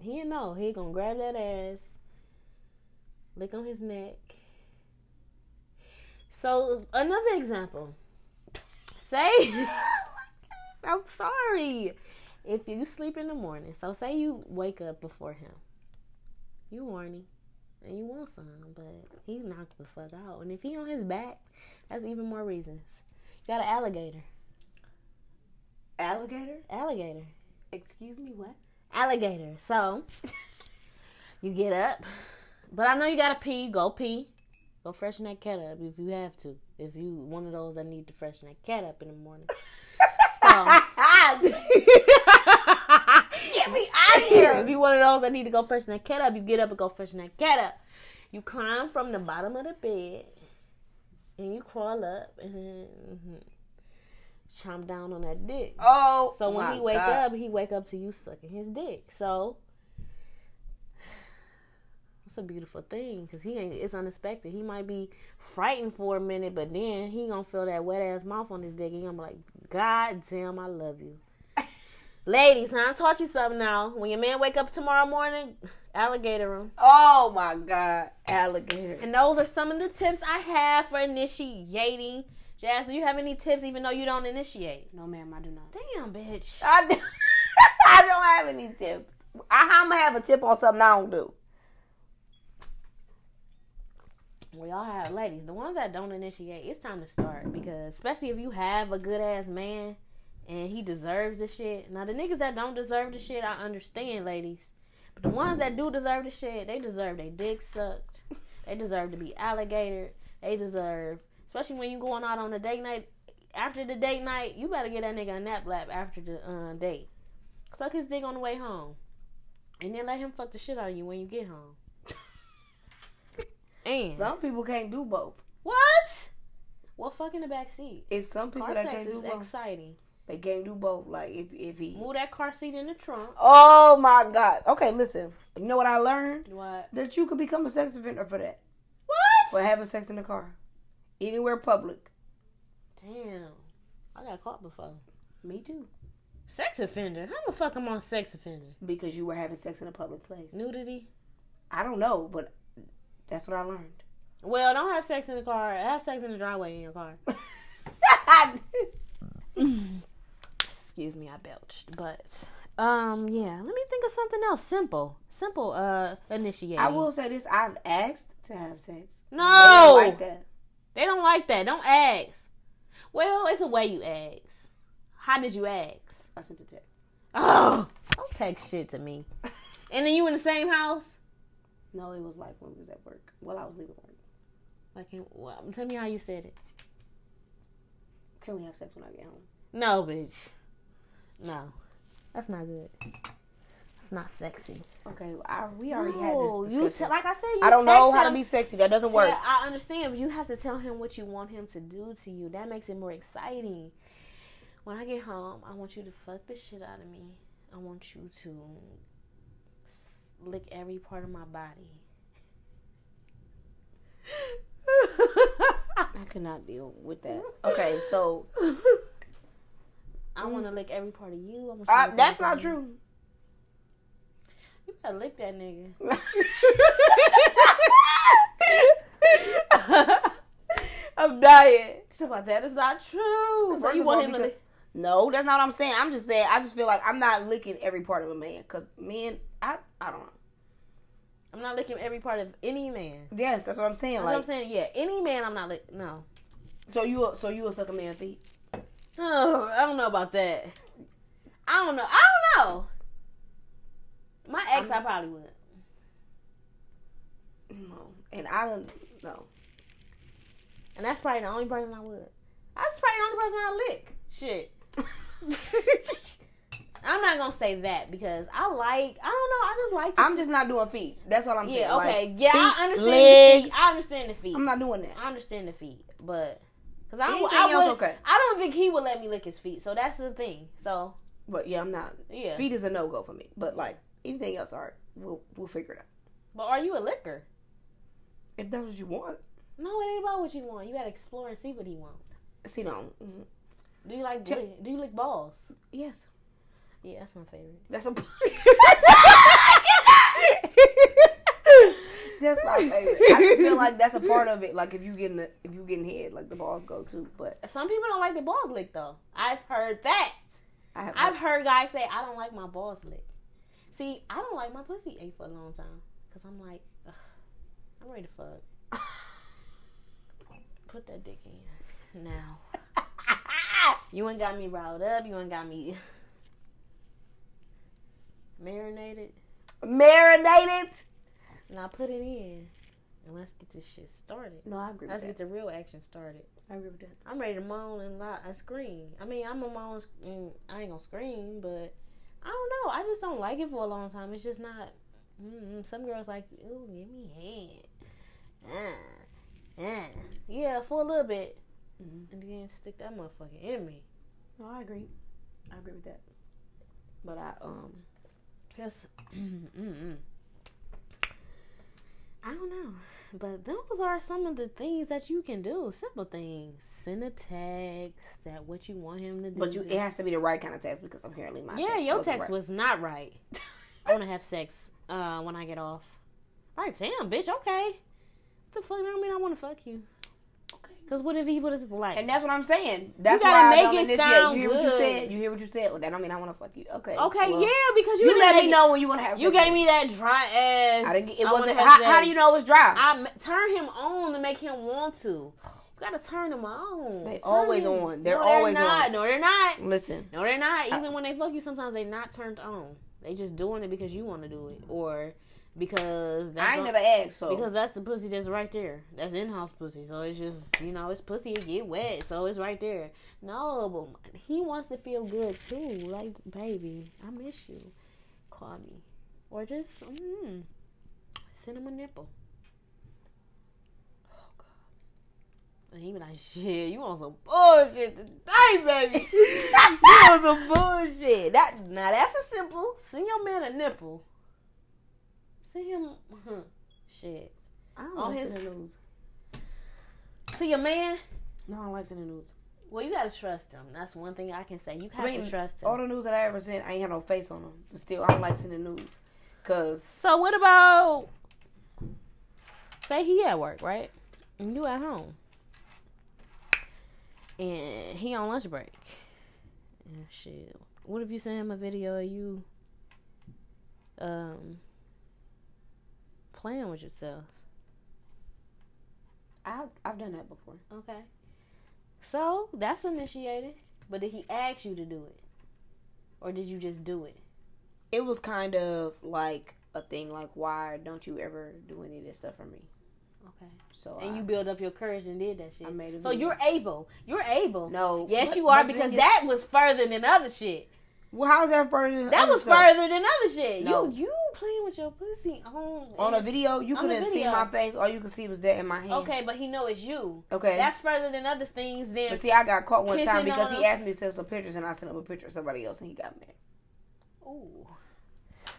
[SPEAKER 1] He know he gonna grab that ass, lick on his neck. So another example. Say, I'm sorry. If you sleep in the morning, so say you wake up before him, you horny, and you want some, but he knocked the fuck out. And if he on his back, that's even more reasons. Got an alligator.
[SPEAKER 3] Alligator?
[SPEAKER 1] Alligator.
[SPEAKER 3] Excuse me, what?
[SPEAKER 1] Alligator. So you get up, but I know you gotta pee. Go pee. Go freshen that cat up if you have to. If you one of those that need to freshen that cat up in the morning. So-
[SPEAKER 3] Get me out of here!
[SPEAKER 1] If you one of those that need to go freshen that cat up, you get up and go freshen that cat up. You climb from the bottom of the bed and you crawl up and mhm, chomp down on that dick.
[SPEAKER 3] Oh,
[SPEAKER 1] So when
[SPEAKER 3] my
[SPEAKER 1] he wake
[SPEAKER 3] God.
[SPEAKER 1] up, he wake up to you sucking his dick. So it's a beautiful thing because he ain't. It's unexpected. He might be frightened for a minute, but then he gonna feel that wet ass mouth on his dick, and he gonna be like, "God damn, I love you." Ladies, now I taught you something. Now, when your man wake up tomorrow morning, alligator him.
[SPEAKER 3] Oh my God, alligator.
[SPEAKER 1] And those are some of the tips I have for initiating. Jazz, do you have any tips, even though you don't initiate?
[SPEAKER 3] No, ma'am, I do not.
[SPEAKER 1] Damn, bitch.
[SPEAKER 2] I, do, I don't have any tips. I, I'm gonna have a tip on something I don't do.
[SPEAKER 1] We all have ladies. The ones that don't initiate, it's time to start because especially if you have a good ass man and he deserves the shit. Now the niggas that don't deserve the shit, I understand, ladies. But the ones that do deserve the shit, they deserve their dick sucked. They deserve to be alligated. They deserve especially when you going out on a date night after the date night, you better get that nigga a nap lap after the uh, date. Suck his dick on the way home. And then let him fuck the shit out of you when you get home. And
[SPEAKER 2] Some people can't do both.
[SPEAKER 1] what? Well, fuck in the back seat.
[SPEAKER 2] It's some people
[SPEAKER 1] Car
[SPEAKER 2] that
[SPEAKER 1] sex
[SPEAKER 2] can't do
[SPEAKER 1] is
[SPEAKER 2] both.
[SPEAKER 1] exciting.
[SPEAKER 2] They can't do both. Like if if he.
[SPEAKER 1] Move that car seat in the trunk.
[SPEAKER 2] Oh my God. Okay, listen. You know what I learned?
[SPEAKER 1] What?
[SPEAKER 2] That you could become a sex offender for that. For
[SPEAKER 1] What?
[SPEAKER 2] having sex in the car, anywhere public.
[SPEAKER 1] Damn. I got caught before.
[SPEAKER 3] Me too.
[SPEAKER 1] Sex offender? How the fuck am I a sex offender?
[SPEAKER 2] Because you were having sex in a public place.
[SPEAKER 1] Nudity?
[SPEAKER 2] I don't know, but that's what I learned.
[SPEAKER 1] Well, don't have sex in the car. Have sex in the driveway in your car. Excuse me, I belched. But, um, yeah. Let me think of something else. Simple. Simple, uh, initiating.
[SPEAKER 2] I will say this: I've asked to have sex. I
[SPEAKER 1] No!
[SPEAKER 2] don't like that.
[SPEAKER 1] They don't like that. Don't ask. Well, it's a way you ask. How did you ask?
[SPEAKER 2] I sent a text.
[SPEAKER 1] Oh, don't text shit to me. And then you in the same house?
[SPEAKER 2] No, it was like when we was at work. Well, I was leaving work.
[SPEAKER 1] Like, in- well, tell me how you said it.
[SPEAKER 2] Can we have sex when I get home?
[SPEAKER 1] No, bitch. No, that's not good. That's not sexy.
[SPEAKER 2] Okay, well, I, we already
[SPEAKER 1] No,
[SPEAKER 2] had this
[SPEAKER 1] you
[SPEAKER 2] discussion.
[SPEAKER 1] te- like I said. You
[SPEAKER 2] I don't know
[SPEAKER 1] text
[SPEAKER 2] how to
[SPEAKER 1] him.
[SPEAKER 2] be sexy. That doesn't
[SPEAKER 1] Yeah,
[SPEAKER 2] work.
[SPEAKER 1] I understand, but you have to tell him what you want him to do to you. That makes it more exciting. When I get home, I want you to fuck the shit out of me. I want you to s- lick every part of my body.
[SPEAKER 2] I cannot deal with that. Okay, so
[SPEAKER 1] I want to lick every part of you. I want you to
[SPEAKER 2] I,
[SPEAKER 1] lick
[SPEAKER 2] that's
[SPEAKER 1] every part
[SPEAKER 2] not
[SPEAKER 1] of me.
[SPEAKER 2] true.
[SPEAKER 1] I lick that nigga.
[SPEAKER 2] I'm dying.
[SPEAKER 1] She's about that is not true. So
[SPEAKER 2] First
[SPEAKER 1] you
[SPEAKER 2] of
[SPEAKER 1] want
[SPEAKER 2] all,
[SPEAKER 1] him to?
[SPEAKER 2] because-
[SPEAKER 1] lick-
[SPEAKER 2] No, that's not what I'm saying. I'm just saying. I just feel like I'm not licking every part of a man because men. I I don't know.
[SPEAKER 1] I'm not licking every part of any man.
[SPEAKER 2] Yes, that's what I'm saying.
[SPEAKER 1] That's
[SPEAKER 2] like
[SPEAKER 1] what I'm saying. Yeah, any man. I'm not lick. No.
[SPEAKER 2] so you so you will suck a man feet.
[SPEAKER 1] Ugh, I don't know about that. I don't know. I don't know. My ex, i probably would.
[SPEAKER 2] No, and I don't. No,
[SPEAKER 1] And that's probably the only person I would. That's probably the only person I lick. Shit. I'm not gonna say that because I like. I don't know. I just like.
[SPEAKER 2] I'm just not doing feet. That's all I'm saying.
[SPEAKER 1] yeah.
[SPEAKER 2] Like,
[SPEAKER 1] Okay. yeah.
[SPEAKER 2] feet,
[SPEAKER 1] I understand
[SPEAKER 2] legs.
[SPEAKER 1] the feet. I understand the feet.
[SPEAKER 2] I'm not doing that.
[SPEAKER 1] I understand the feet, but because I,
[SPEAKER 2] Anything
[SPEAKER 1] I would,
[SPEAKER 2] else okay.
[SPEAKER 1] I don't think he would let me lick his feet. So that's the thing. So
[SPEAKER 2] But yeah, I'm not.
[SPEAKER 1] yeah.
[SPEAKER 2] Feet is a no go for me. But like anything else, all right, we'll we'll figure it out.
[SPEAKER 1] But are you a licker?
[SPEAKER 2] If that's what you want,
[SPEAKER 1] No, it ain't about what you want. You gotta explore and see what he wants.
[SPEAKER 2] see no. Mhm.
[SPEAKER 1] Do you like?
[SPEAKER 2] Check-
[SPEAKER 1] lick- Do you lick balls?
[SPEAKER 2] Yes,
[SPEAKER 1] Yeah, that's my favorite.
[SPEAKER 2] that's a. that's my favorite. I just feel like that's a part of it. Like if you getting the, if you getting head, like the balls go too. But
[SPEAKER 1] Some people don't like their balls licked though. I've heard that.
[SPEAKER 2] I have.
[SPEAKER 1] I've heard guys say, "I don't like my balls licked." See, I don't like my pussy ate for a long time because I'm like, Ugh, I'm ready to fuck. Put that dick in now. You ain't got me riled up. You ain't got me marinated.
[SPEAKER 2] marinated.
[SPEAKER 1] Now put it in and let's get this shit started.
[SPEAKER 2] No, I agree with
[SPEAKER 1] Let's
[SPEAKER 2] that.
[SPEAKER 1] get the real action started.
[SPEAKER 2] I agree with that.
[SPEAKER 1] I'm ready to moan and lie and scream. I mean, I'm a moan sc- and I ain't gonna scream, but I don't know. I just don't like it for a long time. It's just not. Mm, some girls like, ooh, give me head. Uh, uh. Yeah, for a little bit,
[SPEAKER 2] Mhm.
[SPEAKER 1] and then stick that motherfucker in me.
[SPEAKER 2] No, I agree. I agree with that. But I um.
[SPEAKER 1] Cause, mm, mm, mm. I don't know, but those are some of the things that you can do. Simple things. Send a text that what you want him to do.
[SPEAKER 2] But you, it has to be the right kind of text because apparently my
[SPEAKER 1] yeah,
[SPEAKER 2] text
[SPEAKER 1] your
[SPEAKER 2] wasn't
[SPEAKER 1] text
[SPEAKER 2] right.
[SPEAKER 1] was not right. I want to have sex uh, when I get off. Like, damn, bitch, okay. The fuck don't mean I want to fuck you.
[SPEAKER 2] Okay.
[SPEAKER 1] Cause what if he was like?
[SPEAKER 2] And that's what I'm saying. That's
[SPEAKER 1] gotta
[SPEAKER 2] why I
[SPEAKER 1] make
[SPEAKER 2] don't
[SPEAKER 1] it
[SPEAKER 2] initiate.
[SPEAKER 1] sound
[SPEAKER 2] you hear what you
[SPEAKER 1] good.
[SPEAKER 2] said? You hear what you said? Well, that don't mean I want to fuck you. Okay.
[SPEAKER 1] okay,
[SPEAKER 2] well,
[SPEAKER 1] yeah, because you,
[SPEAKER 2] You
[SPEAKER 1] didn't
[SPEAKER 2] let
[SPEAKER 1] make
[SPEAKER 2] me
[SPEAKER 1] it-
[SPEAKER 2] know when you want to have.
[SPEAKER 1] You
[SPEAKER 2] sex.
[SPEAKER 1] gave me that dry ass.
[SPEAKER 2] I didn't get, it
[SPEAKER 1] I wanna
[SPEAKER 2] wasn't.
[SPEAKER 1] have
[SPEAKER 2] How,
[SPEAKER 1] sex.
[SPEAKER 2] how do you know it was dry?
[SPEAKER 1] I m- turn him on to make him want to. You gotta turn him on.
[SPEAKER 2] They
[SPEAKER 1] Turn
[SPEAKER 2] always
[SPEAKER 1] him-
[SPEAKER 2] on. They're
[SPEAKER 1] no,
[SPEAKER 2] always
[SPEAKER 1] they're not.
[SPEAKER 2] on.
[SPEAKER 1] No, they're not.
[SPEAKER 2] Listen,
[SPEAKER 1] No, they're not.
[SPEAKER 2] I-
[SPEAKER 1] Even when they fuck you, sometimes they not turned on. They just doing it because you want to do it, or because that's
[SPEAKER 2] I ain't
[SPEAKER 1] all-
[SPEAKER 2] never asked. So
[SPEAKER 1] because that's the pussy that's right there. That's in house pussy. So it's just you know it's pussy. It get wet, so it's right there. No, but he wants to feel good too. Like baby, I miss you. Call me, or just mm, send him a nipple. And he be like, shit, you on some bullshit today, baby. you on some bullshit. That now that's a simple. Send your man a nipple. Send him huh, shit.
[SPEAKER 2] I don't
[SPEAKER 1] on
[SPEAKER 2] like
[SPEAKER 1] his-
[SPEAKER 2] sending nudes.
[SPEAKER 1] To your man,
[SPEAKER 2] No, I don't like sending nudes.
[SPEAKER 1] well you gotta trust him. That's one thing I can say. You have
[SPEAKER 2] I mean,
[SPEAKER 1] to trust him.
[SPEAKER 2] all the nudes that I ever sent, I ain't had no face on them. But still, I don't like sending nudes because
[SPEAKER 1] So what about say he at work, right? And you at home. And he on lunch break. And shit. What if you send him a video of you um playing with yourself?
[SPEAKER 2] I've I've done that before.
[SPEAKER 1] Okay. So that's initiated. But did he ask you to do it? Or did you just do it?
[SPEAKER 2] It was kind of like a thing. Like, why don't you ever do any of this stuff for me?
[SPEAKER 1] Okay.
[SPEAKER 2] So
[SPEAKER 1] And
[SPEAKER 2] I,
[SPEAKER 1] you build up your courage and did that shit.
[SPEAKER 2] I made a
[SPEAKER 1] so
[SPEAKER 2] video.
[SPEAKER 1] you're able. You're able.
[SPEAKER 2] no.
[SPEAKER 1] Yes,
[SPEAKER 2] but-
[SPEAKER 1] you are
[SPEAKER 2] but the
[SPEAKER 1] because
[SPEAKER 2] thing is-
[SPEAKER 1] that was further than other shit.
[SPEAKER 2] Well, how is that further? Than
[SPEAKER 1] That
[SPEAKER 2] other
[SPEAKER 1] was
[SPEAKER 2] stuff?
[SPEAKER 1] further than other shit.
[SPEAKER 2] No.
[SPEAKER 1] You you playing with your pussy on
[SPEAKER 2] on a video. You
[SPEAKER 1] on a
[SPEAKER 2] couldn't see
[SPEAKER 1] video.
[SPEAKER 2] my face. All you could see was that in my hand.
[SPEAKER 1] Okay, but he know it's you.
[SPEAKER 2] Okay.
[SPEAKER 1] That's further than other things. Then
[SPEAKER 2] but see, I got caught one
[SPEAKER 1] Kissing
[SPEAKER 2] time because
[SPEAKER 1] on
[SPEAKER 2] he
[SPEAKER 1] him.
[SPEAKER 2] asked me to send some pictures, and I sent him a picture of somebody else, and he got mad.
[SPEAKER 1] ooh,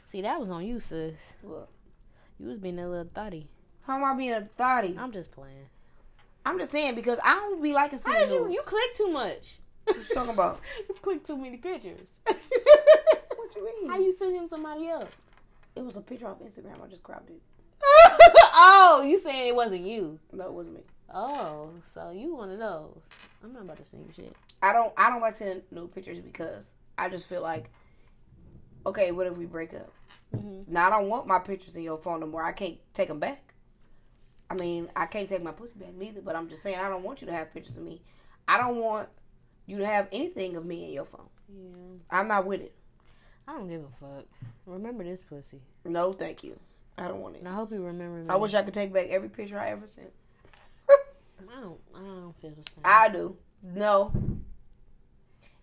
[SPEAKER 1] see that was on you, sis.
[SPEAKER 2] Well,
[SPEAKER 1] You was being a little thotty.
[SPEAKER 2] how am I being a thotty?
[SPEAKER 1] I'm just playing.
[SPEAKER 2] I'm just saying because I don't be liking
[SPEAKER 1] How
[SPEAKER 2] seeing
[SPEAKER 1] did you
[SPEAKER 2] nudes.
[SPEAKER 1] you click too much?
[SPEAKER 2] What you talking about?
[SPEAKER 1] you click too many pictures.
[SPEAKER 2] What you mean?
[SPEAKER 1] How you send him somebody else?
[SPEAKER 3] It was a picture off Instagram. I just cropped it.
[SPEAKER 1] oh, you saying it wasn't you?
[SPEAKER 3] No, it wasn't me.
[SPEAKER 1] Oh, so you one of those? I'm not about to sing shit.
[SPEAKER 2] I don't I don't like sending nude pictures because I just feel like, okay, what if we break up?
[SPEAKER 1] Mhm.
[SPEAKER 2] Now I don't want my pictures in your phone no more. I can't take them back. I mean, I can't take my pussy back neither. But I'm just saying, I don't want you to have pictures of me. I don't want you to have anything of me in your phone.
[SPEAKER 1] Yeah,
[SPEAKER 2] I'm not with it.
[SPEAKER 1] I don't give a fuck. Remember this pussy,
[SPEAKER 2] No, thank you. I don't want it.
[SPEAKER 1] and I hope you remember me.
[SPEAKER 2] I wish I could take back every picture I ever sent.
[SPEAKER 1] I don't. I don't feel the same.
[SPEAKER 2] I do. No.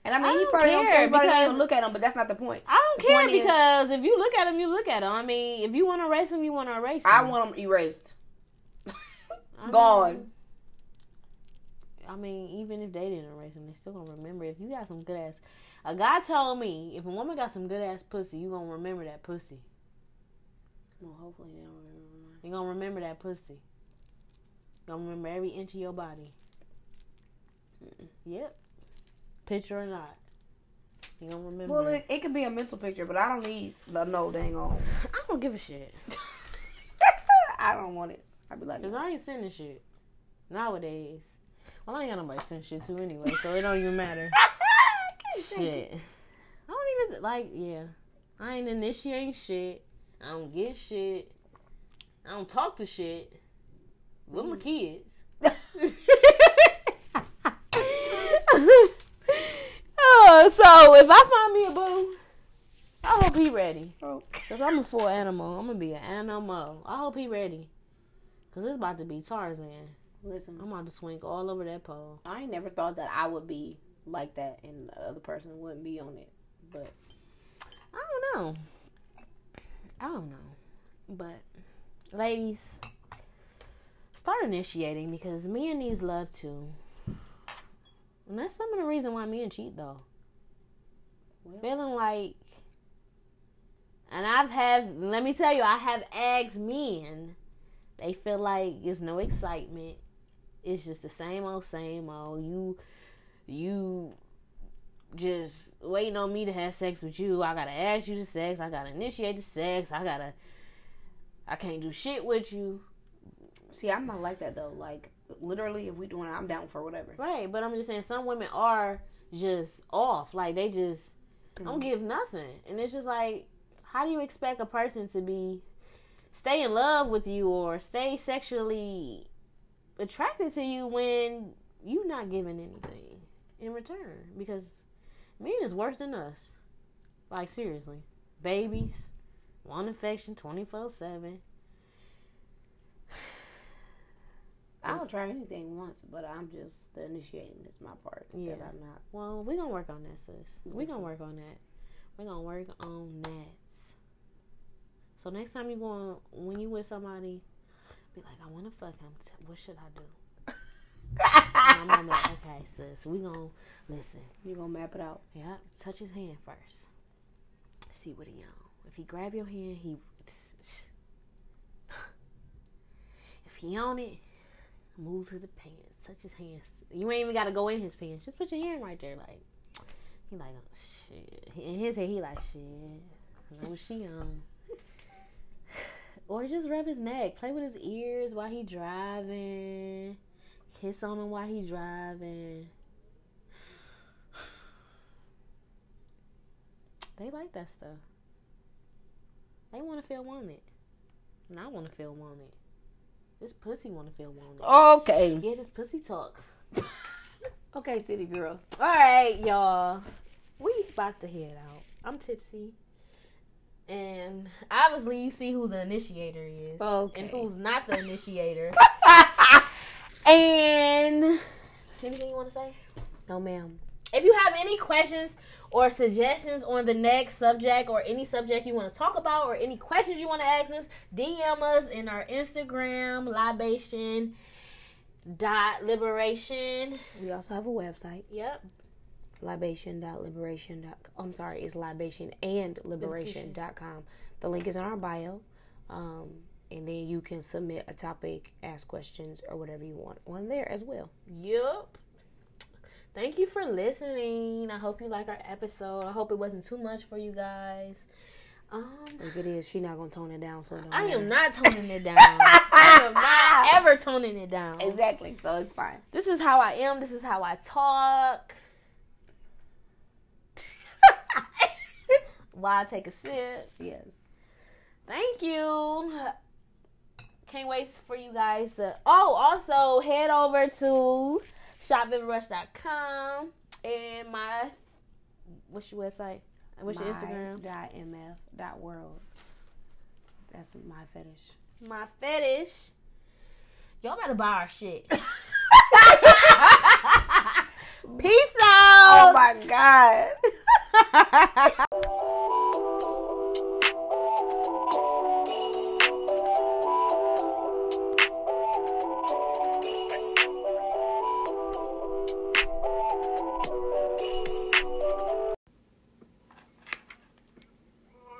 [SPEAKER 2] And I mean,
[SPEAKER 1] I
[SPEAKER 2] he
[SPEAKER 1] don't
[SPEAKER 2] probably don't care.
[SPEAKER 1] care
[SPEAKER 2] He probably don't
[SPEAKER 1] because-
[SPEAKER 2] even look at them, but that's not the point.
[SPEAKER 1] I don't
[SPEAKER 2] The
[SPEAKER 1] care
[SPEAKER 2] point is-
[SPEAKER 1] because if you look at them, you look at them. I mean, if you want to erase them, you want to erase them.
[SPEAKER 2] I
[SPEAKER 3] Mm.
[SPEAKER 2] want them erased.
[SPEAKER 1] I
[SPEAKER 2] gone.
[SPEAKER 1] mean- I mean, even if they didn't erase them, they still gonna remember. If you got some good ass, a guy told me if a woman got some good ass pussy, you gonna remember that pussy.
[SPEAKER 3] Well, hopefully they don't remember mine.
[SPEAKER 1] You gonna remember that pussy. Gonna remember every inch of your body. Yep. Picture or not, you gonna remember.
[SPEAKER 2] Well, it, it could be a mental picture, but I don't need the no dang on.
[SPEAKER 1] I don't give a shit
[SPEAKER 2] I don't want it. I'd be like,
[SPEAKER 1] because I ain't sending shit nowadays. Well, I ain't got nobody send shit to anyway, so it don't even matter. shit. I don't even like. Yeah, I ain't initiating shit. I don't get shit. I don't talk to shit with my kids. oh, so if I find me a boo, I hope he ready. Cause I'm a full animal. I'm gonna be an animal. I hope he ready. Cause it's about to be Tarzan.
[SPEAKER 3] Listen,
[SPEAKER 1] I'm about to swing all over that pole.
[SPEAKER 3] I ain't never thought that I would be like that and the other person wouldn't be on it. But
[SPEAKER 1] I don't know. I don't know. But ladies, start initiating because men needs love too. And that's some of the reason why men cheat though.
[SPEAKER 3] Well.
[SPEAKER 1] Feeling like and I've had let me tell you, I have asked men. They feel like it's no excitement. It's just the same old, same old. You you just waiting on me to have sex with you. I gotta ask you to sex. I gotta initiate the sex. I gotta. I can't do shit with you.
[SPEAKER 2] see, I'm not like that though. Like, literally, if we doing it, I'm down for whatever.
[SPEAKER 1] Right, but I'm just saying some women are just off. Like they just
[SPEAKER 2] Mm.
[SPEAKER 1] don't give nothing, and it's just like, how do you expect a person to be stay in love with you or stay sexually attracted to you when you not giving anything in return? Because men is worse than us. Like seriously, babies, one infection, twenty four seven.
[SPEAKER 3] I don't try anything once, but I'm just the initiating is my part.
[SPEAKER 1] Yeah.
[SPEAKER 3] That I'm not.
[SPEAKER 1] Well, we're gonna work on that, sis. We're
[SPEAKER 3] Yes,
[SPEAKER 1] gonna work on that. We're gonna work on that. So next time you going when you with somebody, be like, I wanna fuck him. T- What should I do? And I'm gonna be like, okay, sis, we gonna listen.
[SPEAKER 3] You gonna map it out.
[SPEAKER 1] Yeah, touch his hand first. See what he on. If he grab your hand, he. If he on it, move to the pants. Touch his hands. You ain't even gotta go in his pants. Just put your hand right there. Like he like oh, shit. In his head, he like shit. I know what she on. Or just rub his neck, play with his ears while he driving, kiss on him while he driving. They like that stuff. They want to feel wanted. And I want to feel wanted. This pussy want to feel wanted.
[SPEAKER 2] Okay.
[SPEAKER 1] Yeah, this pussy talk.
[SPEAKER 3] Okay, city girls.
[SPEAKER 1] All right, y'all. We about to head out. I'm tipsy. And obviously, you see who the initiator is.
[SPEAKER 2] Okay.
[SPEAKER 1] And who's not the initiator. and. Anything you want to say?
[SPEAKER 3] No, ma'am.
[SPEAKER 1] If you have any questions or suggestions on the next subject or any subject you want to talk about or any questions you want to ask us, DM us in our Instagram, libation dot liberation.
[SPEAKER 3] We also have a website,
[SPEAKER 1] Yep.
[SPEAKER 3] libation.liberation.com. I'm sorry, it's libation and liberation.com. The link is in our bio. Um, and then you can submit a topic, ask questions, or whatever you want on there as well.
[SPEAKER 1] Yep. Thank you for listening. I hope you like our episode. I hope it wasn't too much for you guys. Um,
[SPEAKER 3] If it is, she not gonna tone it down. So it don't
[SPEAKER 1] I am
[SPEAKER 3] matter.
[SPEAKER 1] not toning it down. I am not ever toning it down.
[SPEAKER 2] Exactly. So it's fine.
[SPEAKER 1] This is how I am. This is how I talk. Why I take a sip.
[SPEAKER 2] Yes.
[SPEAKER 1] Thank you. Can't wait for you guys to. Oh, also head over to shopandrush.com and my. What's your website? What's your Instagram?
[SPEAKER 3] Dot mf. Dot world. That's my fetish.
[SPEAKER 1] My fetish. Y'all better buy our shit. Peace
[SPEAKER 2] Oh
[SPEAKER 1] out.
[SPEAKER 2] my god.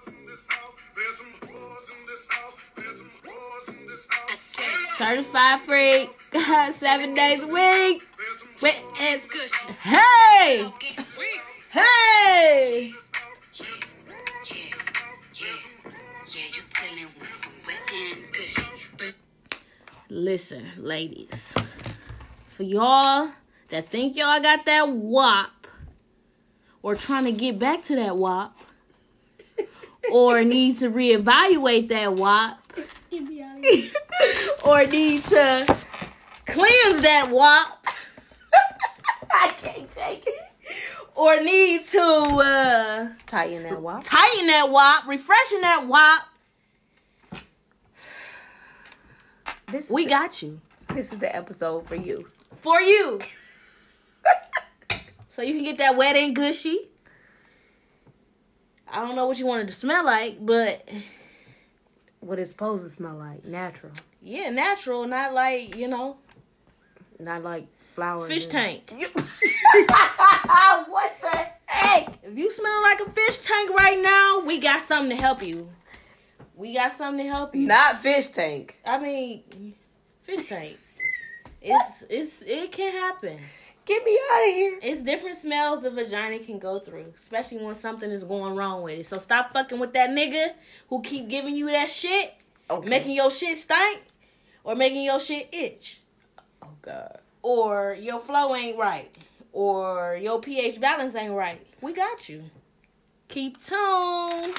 [SPEAKER 4] There's some wars in this house. There's some wars in this house.
[SPEAKER 1] Certified freak, seven days a week.
[SPEAKER 4] There's some
[SPEAKER 1] Wet ass cushion. Hey, hey. Listen, ladies, for y'all that think y'all got that wop, or trying to get back to that wop, or need to reevaluate that wop, or need to cleanse that wop,
[SPEAKER 2] I can't take it.
[SPEAKER 1] or need to uh,
[SPEAKER 3] Tighten that wall.
[SPEAKER 1] tighten that wop, refreshing that wop,
[SPEAKER 2] This
[SPEAKER 1] we got you.
[SPEAKER 2] this is the episode for you.
[SPEAKER 1] for you. so you can get that wet and gushy. I don't know what you want it to smell like, but
[SPEAKER 3] What it's supposed to smell like? Natural,
[SPEAKER 1] yeah, natural, not like, you know,
[SPEAKER 3] not like flowers.
[SPEAKER 1] fish
[SPEAKER 3] and-
[SPEAKER 1] tank.
[SPEAKER 2] what the heck?
[SPEAKER 1] If you smell like a fish tank right now, we got something to help you. We got something to help you.
[SPEAKER 2] Not fish tank.
[SPEAKER 1] I mean, fish tank. It's it's it can happen.
[SPEAKER 2] Get me out of here.
[SPEAKER 1] It's different smells the vagina can go through, especially when something is going wrong with it. So stop fucking with that nigga who keep giving you that shit,
[SPEAKER 2] Okay.
[SPEAKER 1] making your shit stink, or making your shit itch,
[SPEAKER 2] oh god.
[SPEAKER 1] or your flow ain't right, or your pH balance ain't right. We got you. Keep tuned.